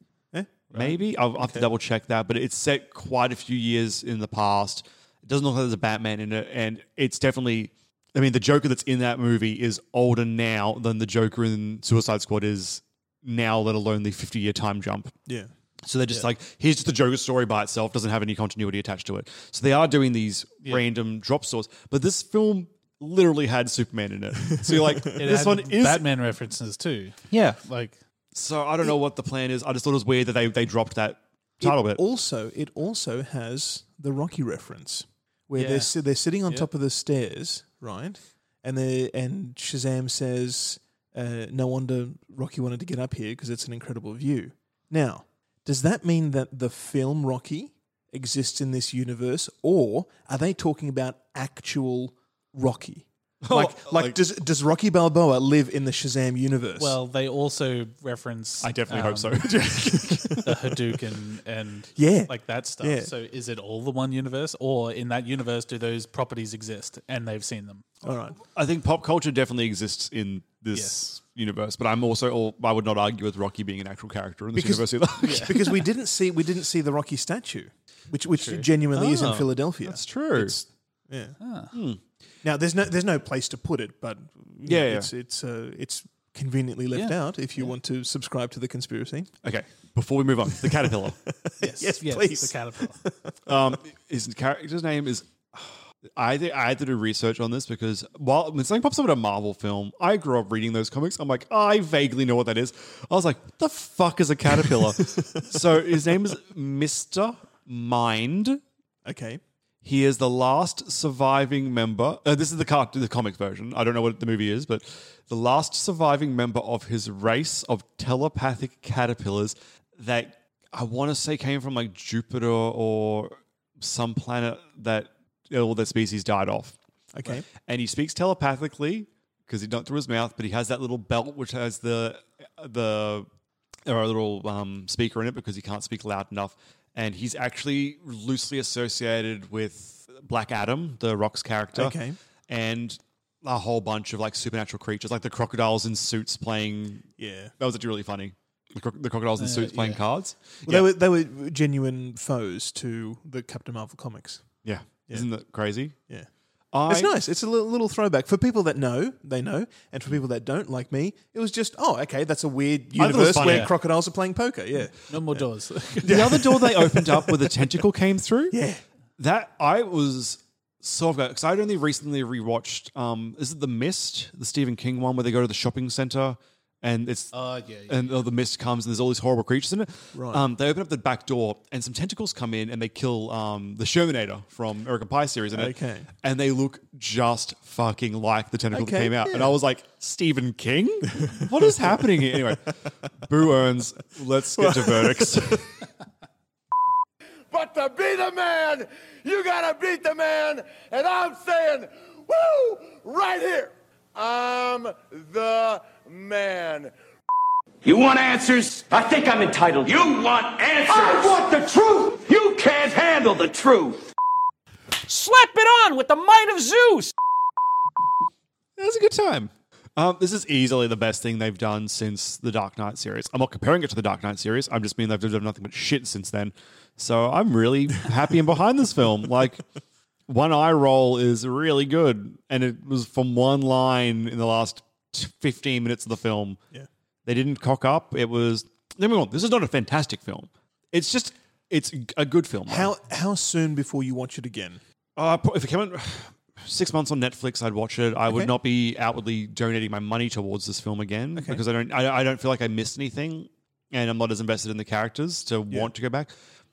Speaker 4: Maybe I'll, I'll have to double check that, but it's set quite a few years in the past. It doesn't look like there's a Batman in it, and it's definitely. I mean, the Joker that's in that movie is older now than the Joker in Suicide Squad is now, let alone the 50 year time jump.
Speaker 12: Yeah.
Speaker 4: So they're just like, here's just a Joker story by itself, doesn't have any continuity attached to it. So they are doing these random drop stores, but this film literally had Superman in it. So you're like,
Speaker 7: It
Speaker 4: this
Speaker 7: had
Speaker 4: one is
Speaker 7: Batman references too.
Speaker 4: Yeah.
Speaker 7: like
Speaker 4: So I don't know what the plan is. I just thought it was weird that they they dropped that title
Speaker 12: It
Speaker 4: bit.
Speaker 12: Also, it also has the Rocky reference where
Speaker 4: Yeah.
Speaker 12: they're si- they're sitting on
Speaker 4: Yeah.
Speaker 12: top of the stairs, right? And they and Shazam says, uh, "No wonder Rocky wanted to get up here because it's an incredible view." Now, does that mean that the film Rocky exists in this universe, or are they talking about actual Rocky?
Speaker 4: Oh,
Speaker 12: Like, like, does does Rocky Balboa live in the Shazam universe?
Speaker 7: Well, they also reference. um,
Speaker 12: I definitely hope so.
Speaker 4: Um,
Speaker 7: the Hadouken and
Speaker 12: Yeah.
Speaker 7: like that stuff.
Speaker 12: Yeah.
Speaker 7: So, is it all the one universe, or in that universe do those properties exist and they've seen them?
Speaker 12: All right.
Speaker 4: I think pop culture definitely exists in this universe, but I'm also all, I would not argue with Rocky being an actual character in this
Speaker 12: because,
Speaker 4: universe either.
Speaker 12: because we didn't see we didn't see the Rocky statue, which which genuinely is in
Speaker 4: Oh,
Speaker 12: Philadelphia.
Speaker 4: That's true. Hmm.
Speaker 12: It's- yeah. Now there's no there's no place to put it, but you
Speaker 4: Yeah, yeah.
Speaker 12: it's it's uh, it's conveniently left
Speaker 4: Yeah.
Speaker 12: out if you want to subscribe to the conspiracy.
Speaker 4: Okay, before we move on, the caterpillar.
Speaker 12: yes, yes,
Speaker 7: yes,
Speaker 12: please.
Speaker 7: the caterpillar.
Speaker 4: um, his character's name is. I think I had to do research on this because while when something pops up in a Marvel film, I grew up reading those comics. I'm like, I vaguely know what that is. I was like, what the fuck is a caterpillar? so his name is Mister Mind.
Speaker 12: Okay.
Speaker 4: He is the last surviving member. Uh, this is the cart, the comic version. I don't know what the movie is, but the last surviving member of his race of telepathic caterpillars that I want to say came from like Jupiter or some planet that all their species died off.
Speaker 12: Okay.
Speaker 4: And he speaks telepathically because he don't through his mouth, but he has that little belt which has the the or a little um, speaker in it because he can't speak loud enough. And he's actually loosely associated with Black Adam, the Rock's character.
Speaker 12: Okay.
Speaker 4: And a whole bunch of like supernatural creatures, like the crocodiles in suits playing.
Speaker 12: Yeah.
Speaker 4: That was actually really funny. The, croc the crocodiles in
Speaker 12: Uh,
Speaker 4: suits playing
Speaker 12: yeah.
Speaker 4: cards.
Speaker 12: Well, They were they were genuine foes to the Captain Marvel comics.
Speaker 4: yeah. Isn't that crazy?
Speaker 12: Yeah.
Speaker 4: I-
Speaker 12: it's nice. It's a li- little throwback for people that know. They know, and for people that don't, like me, it was just oh, okay, that's a weird
Speaker 4: I thought it was
Speaker 12: universe
Speaker 4: funny.
Speaker 12: where
Speaker 4: Yeah.
Speaker 12: crocodiles are playing poker. Yeah,
Speaker 7: no more doors.
Speaker 4: the other door they opened up where the tentacle came through. Yeah, that I was so because I'd only recently rewatched. Um, is it the Mist, the Stephen King one where they go to the shopping center and it's
Speaker 7: Uh, yeah, yeah,
Speaker 4: and oh, the mist comes and there's all these horrible creatures in it.
Speaker 7: Right.
Speaker 4: Um, they open up the back door and some tentacles come in and they kill um the Shermanator from American Pie series in it.
Speaker 12: Okay.
Speaker 4: and they look just fucking like the tentacle that
Speaker 12: Okay,
Speaker 4: came out, and
Speaker 12: yeah.
Speaker 4: I was like, Stephen King, what is happening here? Anyway, Boo earns. Let's get to verdicts.
Speaker 8: But to be the man, you gotta beat the man. And I'm saying, woo, right here. I'm the man.
Speaker 13: You want answers? I think I'm entitled. You want answers? I want the truth! You can't handle the truth!
Speaker 21: Slap it on with the might of Zeus!
Speaker 4: That was a good time. Um, this is easily the best thing they've done since the Dark Knight series. I'm not comparing it to the Dark Knight series. I'm just meaning they've done nothing but shit since then. So I'm really happy and behind this film. Like, one eye roll is really good, and it was from one line in the last t- 15 minutes of the film. Yeah, they didn't cock up. It was. Let me on. This is not a fantastic film. It's just. It's a good film. though.
Speaker 12: How how soon before you watch it again?
Speaker 4: Uh, pro- if it came out six months on Netflix, I'd watch it. I
Speaker 12: Okay.
Speaker 4: would not be outwardly donating my money towards this film again because I don't. I, I don't feel like I missed anything, and I'm not as invested in the characters to want to go back.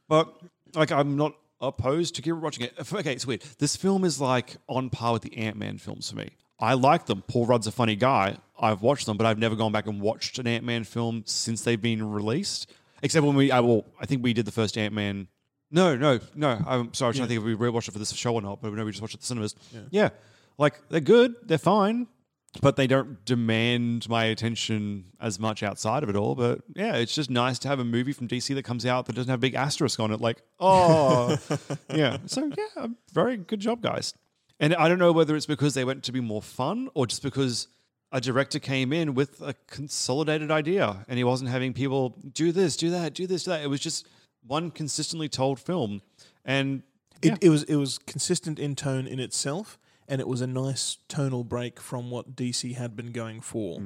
Speaker 4: But like, I'm not opposed to keep watching it. If- Okay, it's weird. This film is like on par with the Ant Man films for me. I like them. Paul Rudd's a funny guy. I've watched them, but I've never gone back and watched an Ant Man film since they've been released. Except when we, I well, I think we did the first Ant Man no, no, no. I'm sorry. I was trying to think if we rewatched it for this show or not, but no, we just watched it at the cinemas. Yeah. Like, they're good, they're fine, but they don't demand my attention as much outside of it all. But yeah, it's just nice to have a movie from DC that comes out that doesn't have a big asterisk on it. Like, oh, yeah. So yeah, I'm- very good job, guys. And I don't know whether it's because they went to be more fun or just because a director came in with a consolidated idea and he wasn't having people do this, do that, do this, do that. It was just one consistently told film. And
Speaker 12: It, it was it was consistent in tone in itself, and it was a nice tonal break from what DC had been going for.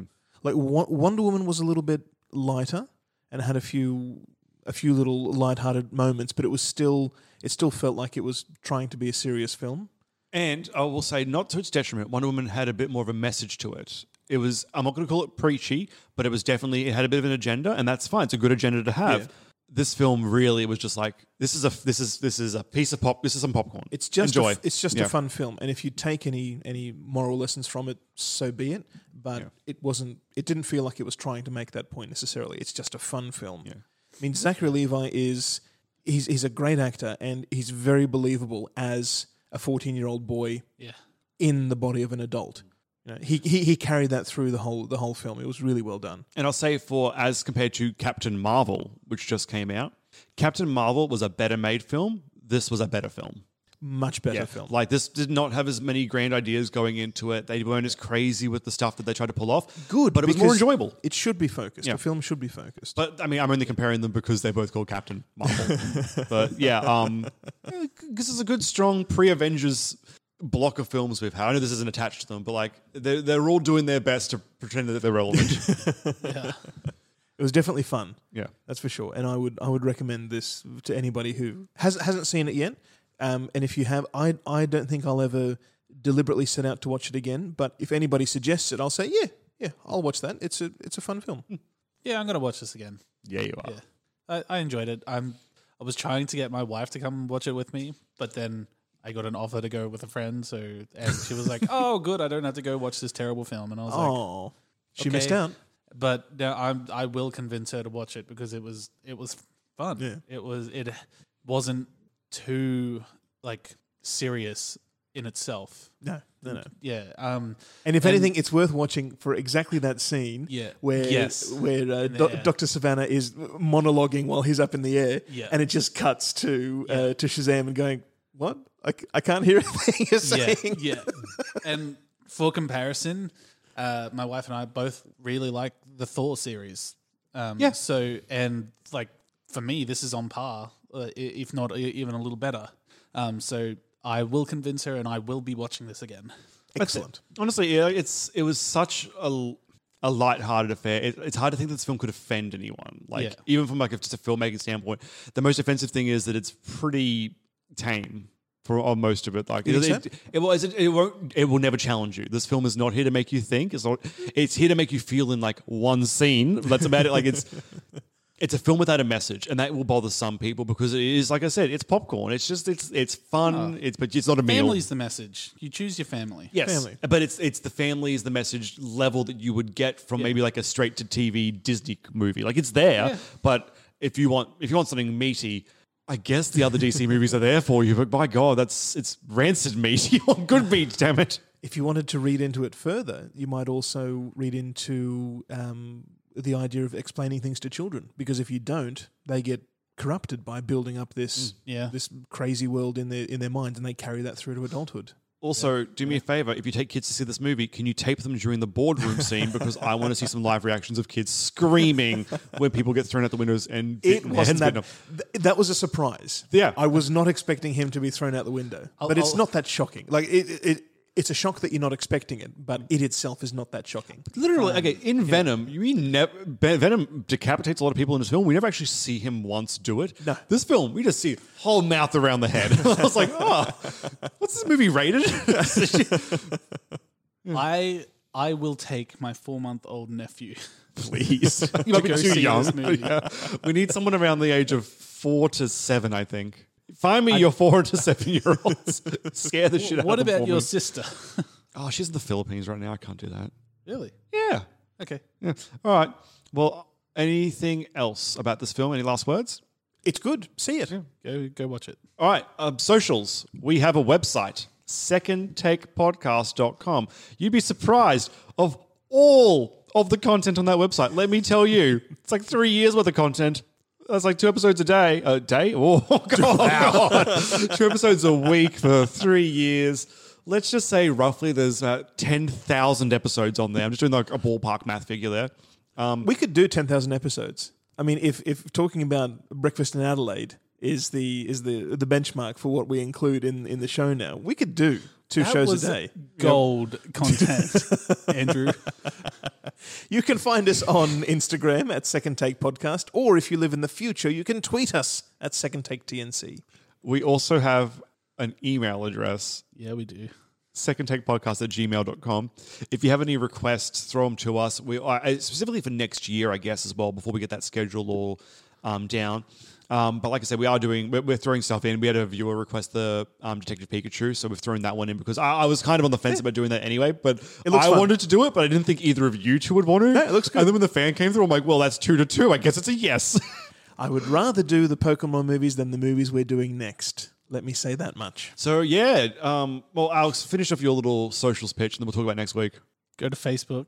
Speaker 12: Like Wo- Wonder Woman was a little bit lighter and had a few a few little lighthearted moments, but it was still it still felt like it was trying to be a serious film.
Speaker 4: And I will say, not to its detriment, Wonder Woman had a bit more of a message to it. It was, I'm not going to call it preachy, but it was definitely, it had a bit of an agenda, and that's fine. It's a good agenda to have.
Speaker 12: Yeah.
Speaker 4: This film really was just like, this is a, this is, this is a piece of pop, this is some popcorn.
Speaker 12: It's just a
Speaker 4: Enjoy.
Speaker 12: f- it's just
Speaker 4: Yeah.
Speaker 12: a fun film, and if you take any any moral lessons from it, so be it. But it wasn't. It didn't feel like it was trying to make that point necessarily. It's just a fun film. I mean, Zachary Levi is he's he's a great actor, and he's very believable as a fourteen year old boy
Speaker 7: Yeah.
Speaker 12: in the body of an adult. You know, he, he he carried that through the whole the whole film. It was really well done.
Speaker 4: And I'll say for as compared to Captain Marvel, which just came out, Captain Marvel was a better made film. This was a better film.
Speaker 12: Much better
Speaker 4: Yeah.
Speaker 12: film.
Speaker 4: Like this did not have as many grand ideas going into it. They weren't as crazy with the stuff that they tried to pull off.
Speaker 12: Good,
Speaker 4: but it was more
Speaker 12: because
Speaker 4: enjoyable.
Speaker 12: It should be focused.
Speaker 4: Yeah.
Speaker 12: The film should be focused.
Speaker 4: But I mean, I'm only comparing them because they're both called Captain Marvel. but yeah, um, this is a good, strong pre-Avengers block of films we've had. I know this isn't attached to them, but like they're they're all doing their best to pretend that they're relevant.
Speaker 12: It was definitely fun.
Speaker 4: Yeah.
Speaker 12: that's for sure. And I would I would recommend this to anybody who has hasn't seen it yet. Um, and if you have, I I don't think I'll ever deliberately set out to watch it again. But if anybody suggests it, I'll say yeah, yeah, I'll watch that. It's a it's a fun film.
Speaker 7: Yeah, I'm gonna watch this again.
Speaker 4: Yeah, you are.
Speaker 7: I, I enjoyed it. I'm. I was trying to get my wife to come watch it with me, but then I got an offer to go with a friend. So and she was like, "Oh, good, I don't have to go watch this terrible film." And I was
Speaker 12: Oh,
Speaker 7: like,
Speaker 12: she missed out.
Speaker 7: But now I'm. I will convince her to watch it because it was. It was fun.
Speaker 12: Yeah.
Speaker 7: It was. It wasn't too like serious in itself.
Speaker 12: No, no, no.
Speaker 7: Yeah. Um.
Speaker 12: And if anything, it's worth watching for exactly that scene
Speaker 7: Yeah.
Speaker 12: where
Speaker 7: Yes.
Speaker 12: where uh,
Speaker 7: In the
Speaker 12: Do-
Speaker 7: air.
Speaker 12: Dr. Savannah is monologuing while he's up in the air,
Speaker 7: Yeah.
Speaker 12: and it just cuts to uh, to Shazam and going, "What? I, c- I can't hear anything you're
Speaker 7: yeah,
Speaker 12: saying."
Speaker 7: yeah. And for comparison, uh, my wife and I both really like the Thor series. Um,
Speaker 4: Yeah.
Speaker 7: So and like for me, this is on par, uh, i- if not e- even a little better. Um, so I will convince her, and I will be watching this again.
Speaker 12: Excellent.
Speaker 4: Honestly, yeah, it's it was such a a light-hearted affair. It, it's hard to think that this film could offend anyone. Like
Speaker 7: Yeah.
Speaker 4: even from like a, just a filmmaking standpoint, the most offensive thing is that it's pretty tame for on most of it. Like
Speaker 12: You
Speaker 4: it,
Speaker 12: think
Speaker 4: it,
Speaker 12: so?
Speaker 4: it will it, won't it will never challenge you. This film is not here to make you think. It's not. It's here to make you feel in like one scene. That's about it. Like it's. It's a film without a message, and that will bother some people because it is, like I said, it's popcorn. It's just, it's, it's fun.
Speaker 12: Ah.
Speaker 4: It's, but it's not a meal.
Speaker 7: Family's the message. You choose your family.
Speaker 4: Yes, but it's it's the family is the message level that you would get from maybe like a straight to TV Disney movie. Like it's there,
Speaker 7: Yeah.
Speaker 4: but if you want if you want something meaty, I guess the other DC movies are there for you. But by God, that's it's rancid meat. You want good meat, damn it.
Speaker 12: If you wanted to read into it further, you might also read into um, the idea of explaining things to children, because if you don't, they get corrupted by building up this
Speaker 7: Mm, yeah.
Speaker 12: this crazy world in their in their minds, and they carry that through to adulthood.
Speaker 4: Also, do me a favor if you take kids to see this movie, can you tape them during the boardroom scene because I want to see some live reactions of kids screaming when people get thrown out the windows and
Speaker 12: It
Speaker 4: bitten-
Speaker 12: wasn't
Speaker 4: heads
Speaker 12: that.
Speaker 4: bitten off.
Speaker 12: th- that was a surprise.
Speaker 4: Yeah,
Speaker 12: I was not expecting him to be thrown out the window,
Speaker 7: I'll-
Speaker 12: but it's
Speaker 7: I'll-
Speaker 12: not that shocking. Like it, it, it, it's a shock that you're not expecting it, but it itself is not that shocking.
Speaker 7: Um,
Speaker 4: Literally, okay. In Venom, you mean never Venom decapitates a lot of people in this film. We never actually see him once do it. No, this film we just see whole mouth around the head. I was like, oh, what's this movie rated? Hmm.
Speaker 7: I I will take my four month old nephew.
Speaker 4: Please, you might be
Speaker 7: To go
Speaker 4: too
Speaker 7: see
Speaker 4: young.
Speaker 7: this movie.
Speaker 4: Yeah. We need someone around the age of four to seven. I think. Find me your four to seven year olds. Scare the shit out.
Speaker 7: What
Speaker 4: of them
Speaker 7: about
Speaker 4: for
Speaker 7: your
Speaker 4: me.
Speaker 7: sister?
Speaker 4: Oh, she's in the Philippines right now. I can't do that.
Speaker 7: Really?
Speaker 4: Yeah.
Speaker 7: Okay.
Speaker 4: Yeah. All right. Well, anything else about this film? Any last words?
Speaker 12: It's good. See it.
Speaker 7: Go go watch it.
Speaker 4: All right. Um, socials. We have a website, secondtakepodcast.com. You'd be surprised of all of the content on that website. Let me tell you, it's like three years worth of content. That's like two episodes a day. A day? Oh, God. God. two episodes a week for three years. Let's just say roughly there's uh, 10,000 episodes on there. I'm just doing like a ballpark math figure there. Um,
Speaker 12: we could do ten thousand episodes. I mean, if if talking about breakfast in Adelaide is the is the the benchmark for what we include in in the show now, we could do two
Speaker 7: That
Speaker 12: shows
Speaker 7: was
Speaker 12: a day.
Speaker 7: Gold content, Andrew.
Speaker 12: You can find us on Instagram at Second Take Podcast, or if you live in the future, you can tweet us at Second Take TNC.
Speaker 4: We also have an email address.
Speaker 7: Yeah, we do.
Speaker 4: Second Take Podcast at gmail.com. If you have any requests, throw them to us. We are uh, specifically for next year, I guess, as well, before we get that schedule all um, down. Um, but like I said, we are doing we're, we're throwing stuff in. We had a viewer request the um, Detective Pikachu, so we've thrown that one in because I, I was kind of on the fence about doing that anyway. But
Speaker 12: It looks
Speaker 4: I
Speaker 12: fun.
Speaker 4: wanted to do it, but I didn't think either of you two would want to. it looks good. And then when the fan came through, I'm like, well, that's two to two. I guess it's a yes.
Speaker 12: I would rather do the Pokemon movies than the movies we're doing next. Let me say that much.
Speaker 4: So yeah, um, well, Alex, finish off your little socials pitch, and then we'll talk about next week.
Speaker 7: Go to Facebook.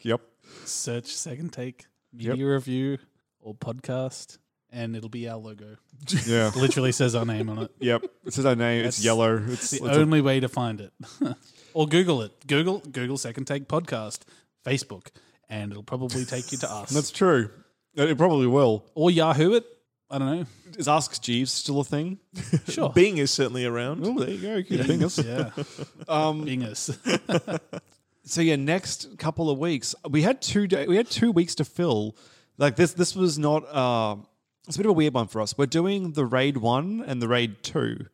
Speaker 4: Yep.
Speaker 7: Search Second Take
Speaker 4: Yep.
Speaker 7: Media Review or Podcast, and it'll be our logo.
Speaker 4: Yeah.
Speaker 7: Literally says our name on it.
Speaker 4: Yep. It says our name.
Speaker 7: That's
Speaker 4: it's yellow.
Speaker 7: It's
Speaker 4: It's,
Speaker 7: the
Speaker 4: it's a-
Speaker 7: only way to find it. or Google it. Google Google Second Take Podcast, Facebook, and it'll probably take you to us.
Speaker 4: That's true. It it probably will.
Speaker 7: Or Yahoo it. I don't know.
Speaker 4: Is Ask Jeeves still a thing?
Speaker 7: Sure.
Speaker 12: Bing is certainly around.
Speaker 4: Oh, there you go. Good Bingus.
Speaker 7: Yeah.
Speaker 4: Um,
Speaker 7: Bingus.
Speaker 4: so yeah, next couple of weeks we had two day, we had two weeks to fill. Like this, this was not. Uh, it's a bit of a weird one for us. We're doing the raid one and the raid two.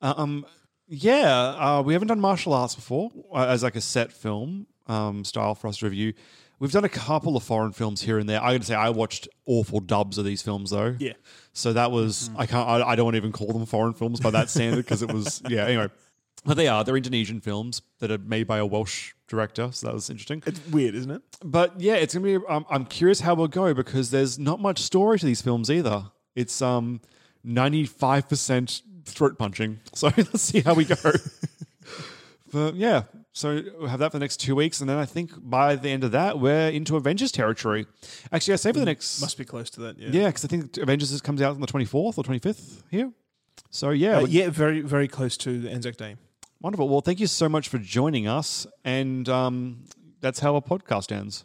Speaker 4: um, yeah, uh, we haven't done martial arts before uh, as like a set film um, style for us to review. We've done a couple of foreign films here and there. I gotta say, I watched awful dubs of these films though.
Speaker 12: Yeah.
Speaker 4: So that was I can't I, I don't want to even call them foreign films by that standard because it was yeah anyway. But they are they're Indonesian films that are made by a Welsh director, so that was interesting.
Speaker 12: It's weird, isn't it?
Speaker 4: But yeah, it's gonna be. Um, I'm curious how we'll go because there's not much story to these films either. It's um 95 percent throat punching. So let's see how we go. but yeah, so we'll have that for the next two weeks, and then I think by the end of that, we're into Avengers territory. Actually, I say for the next
Speaker 12: Mm, Must be close to that. Yeah.
Speaker 4: yeah, because I think Avengers comes out on the 24th or 25th here. So yeah,
Speaker 12: Uh,
Speaker 4: we-
Speaker 12: yeah. Very, very close to the Anzac Day.
Speaker 4: wonderful. Well, thank you so much for joining us, and um, that's how our podcast ends.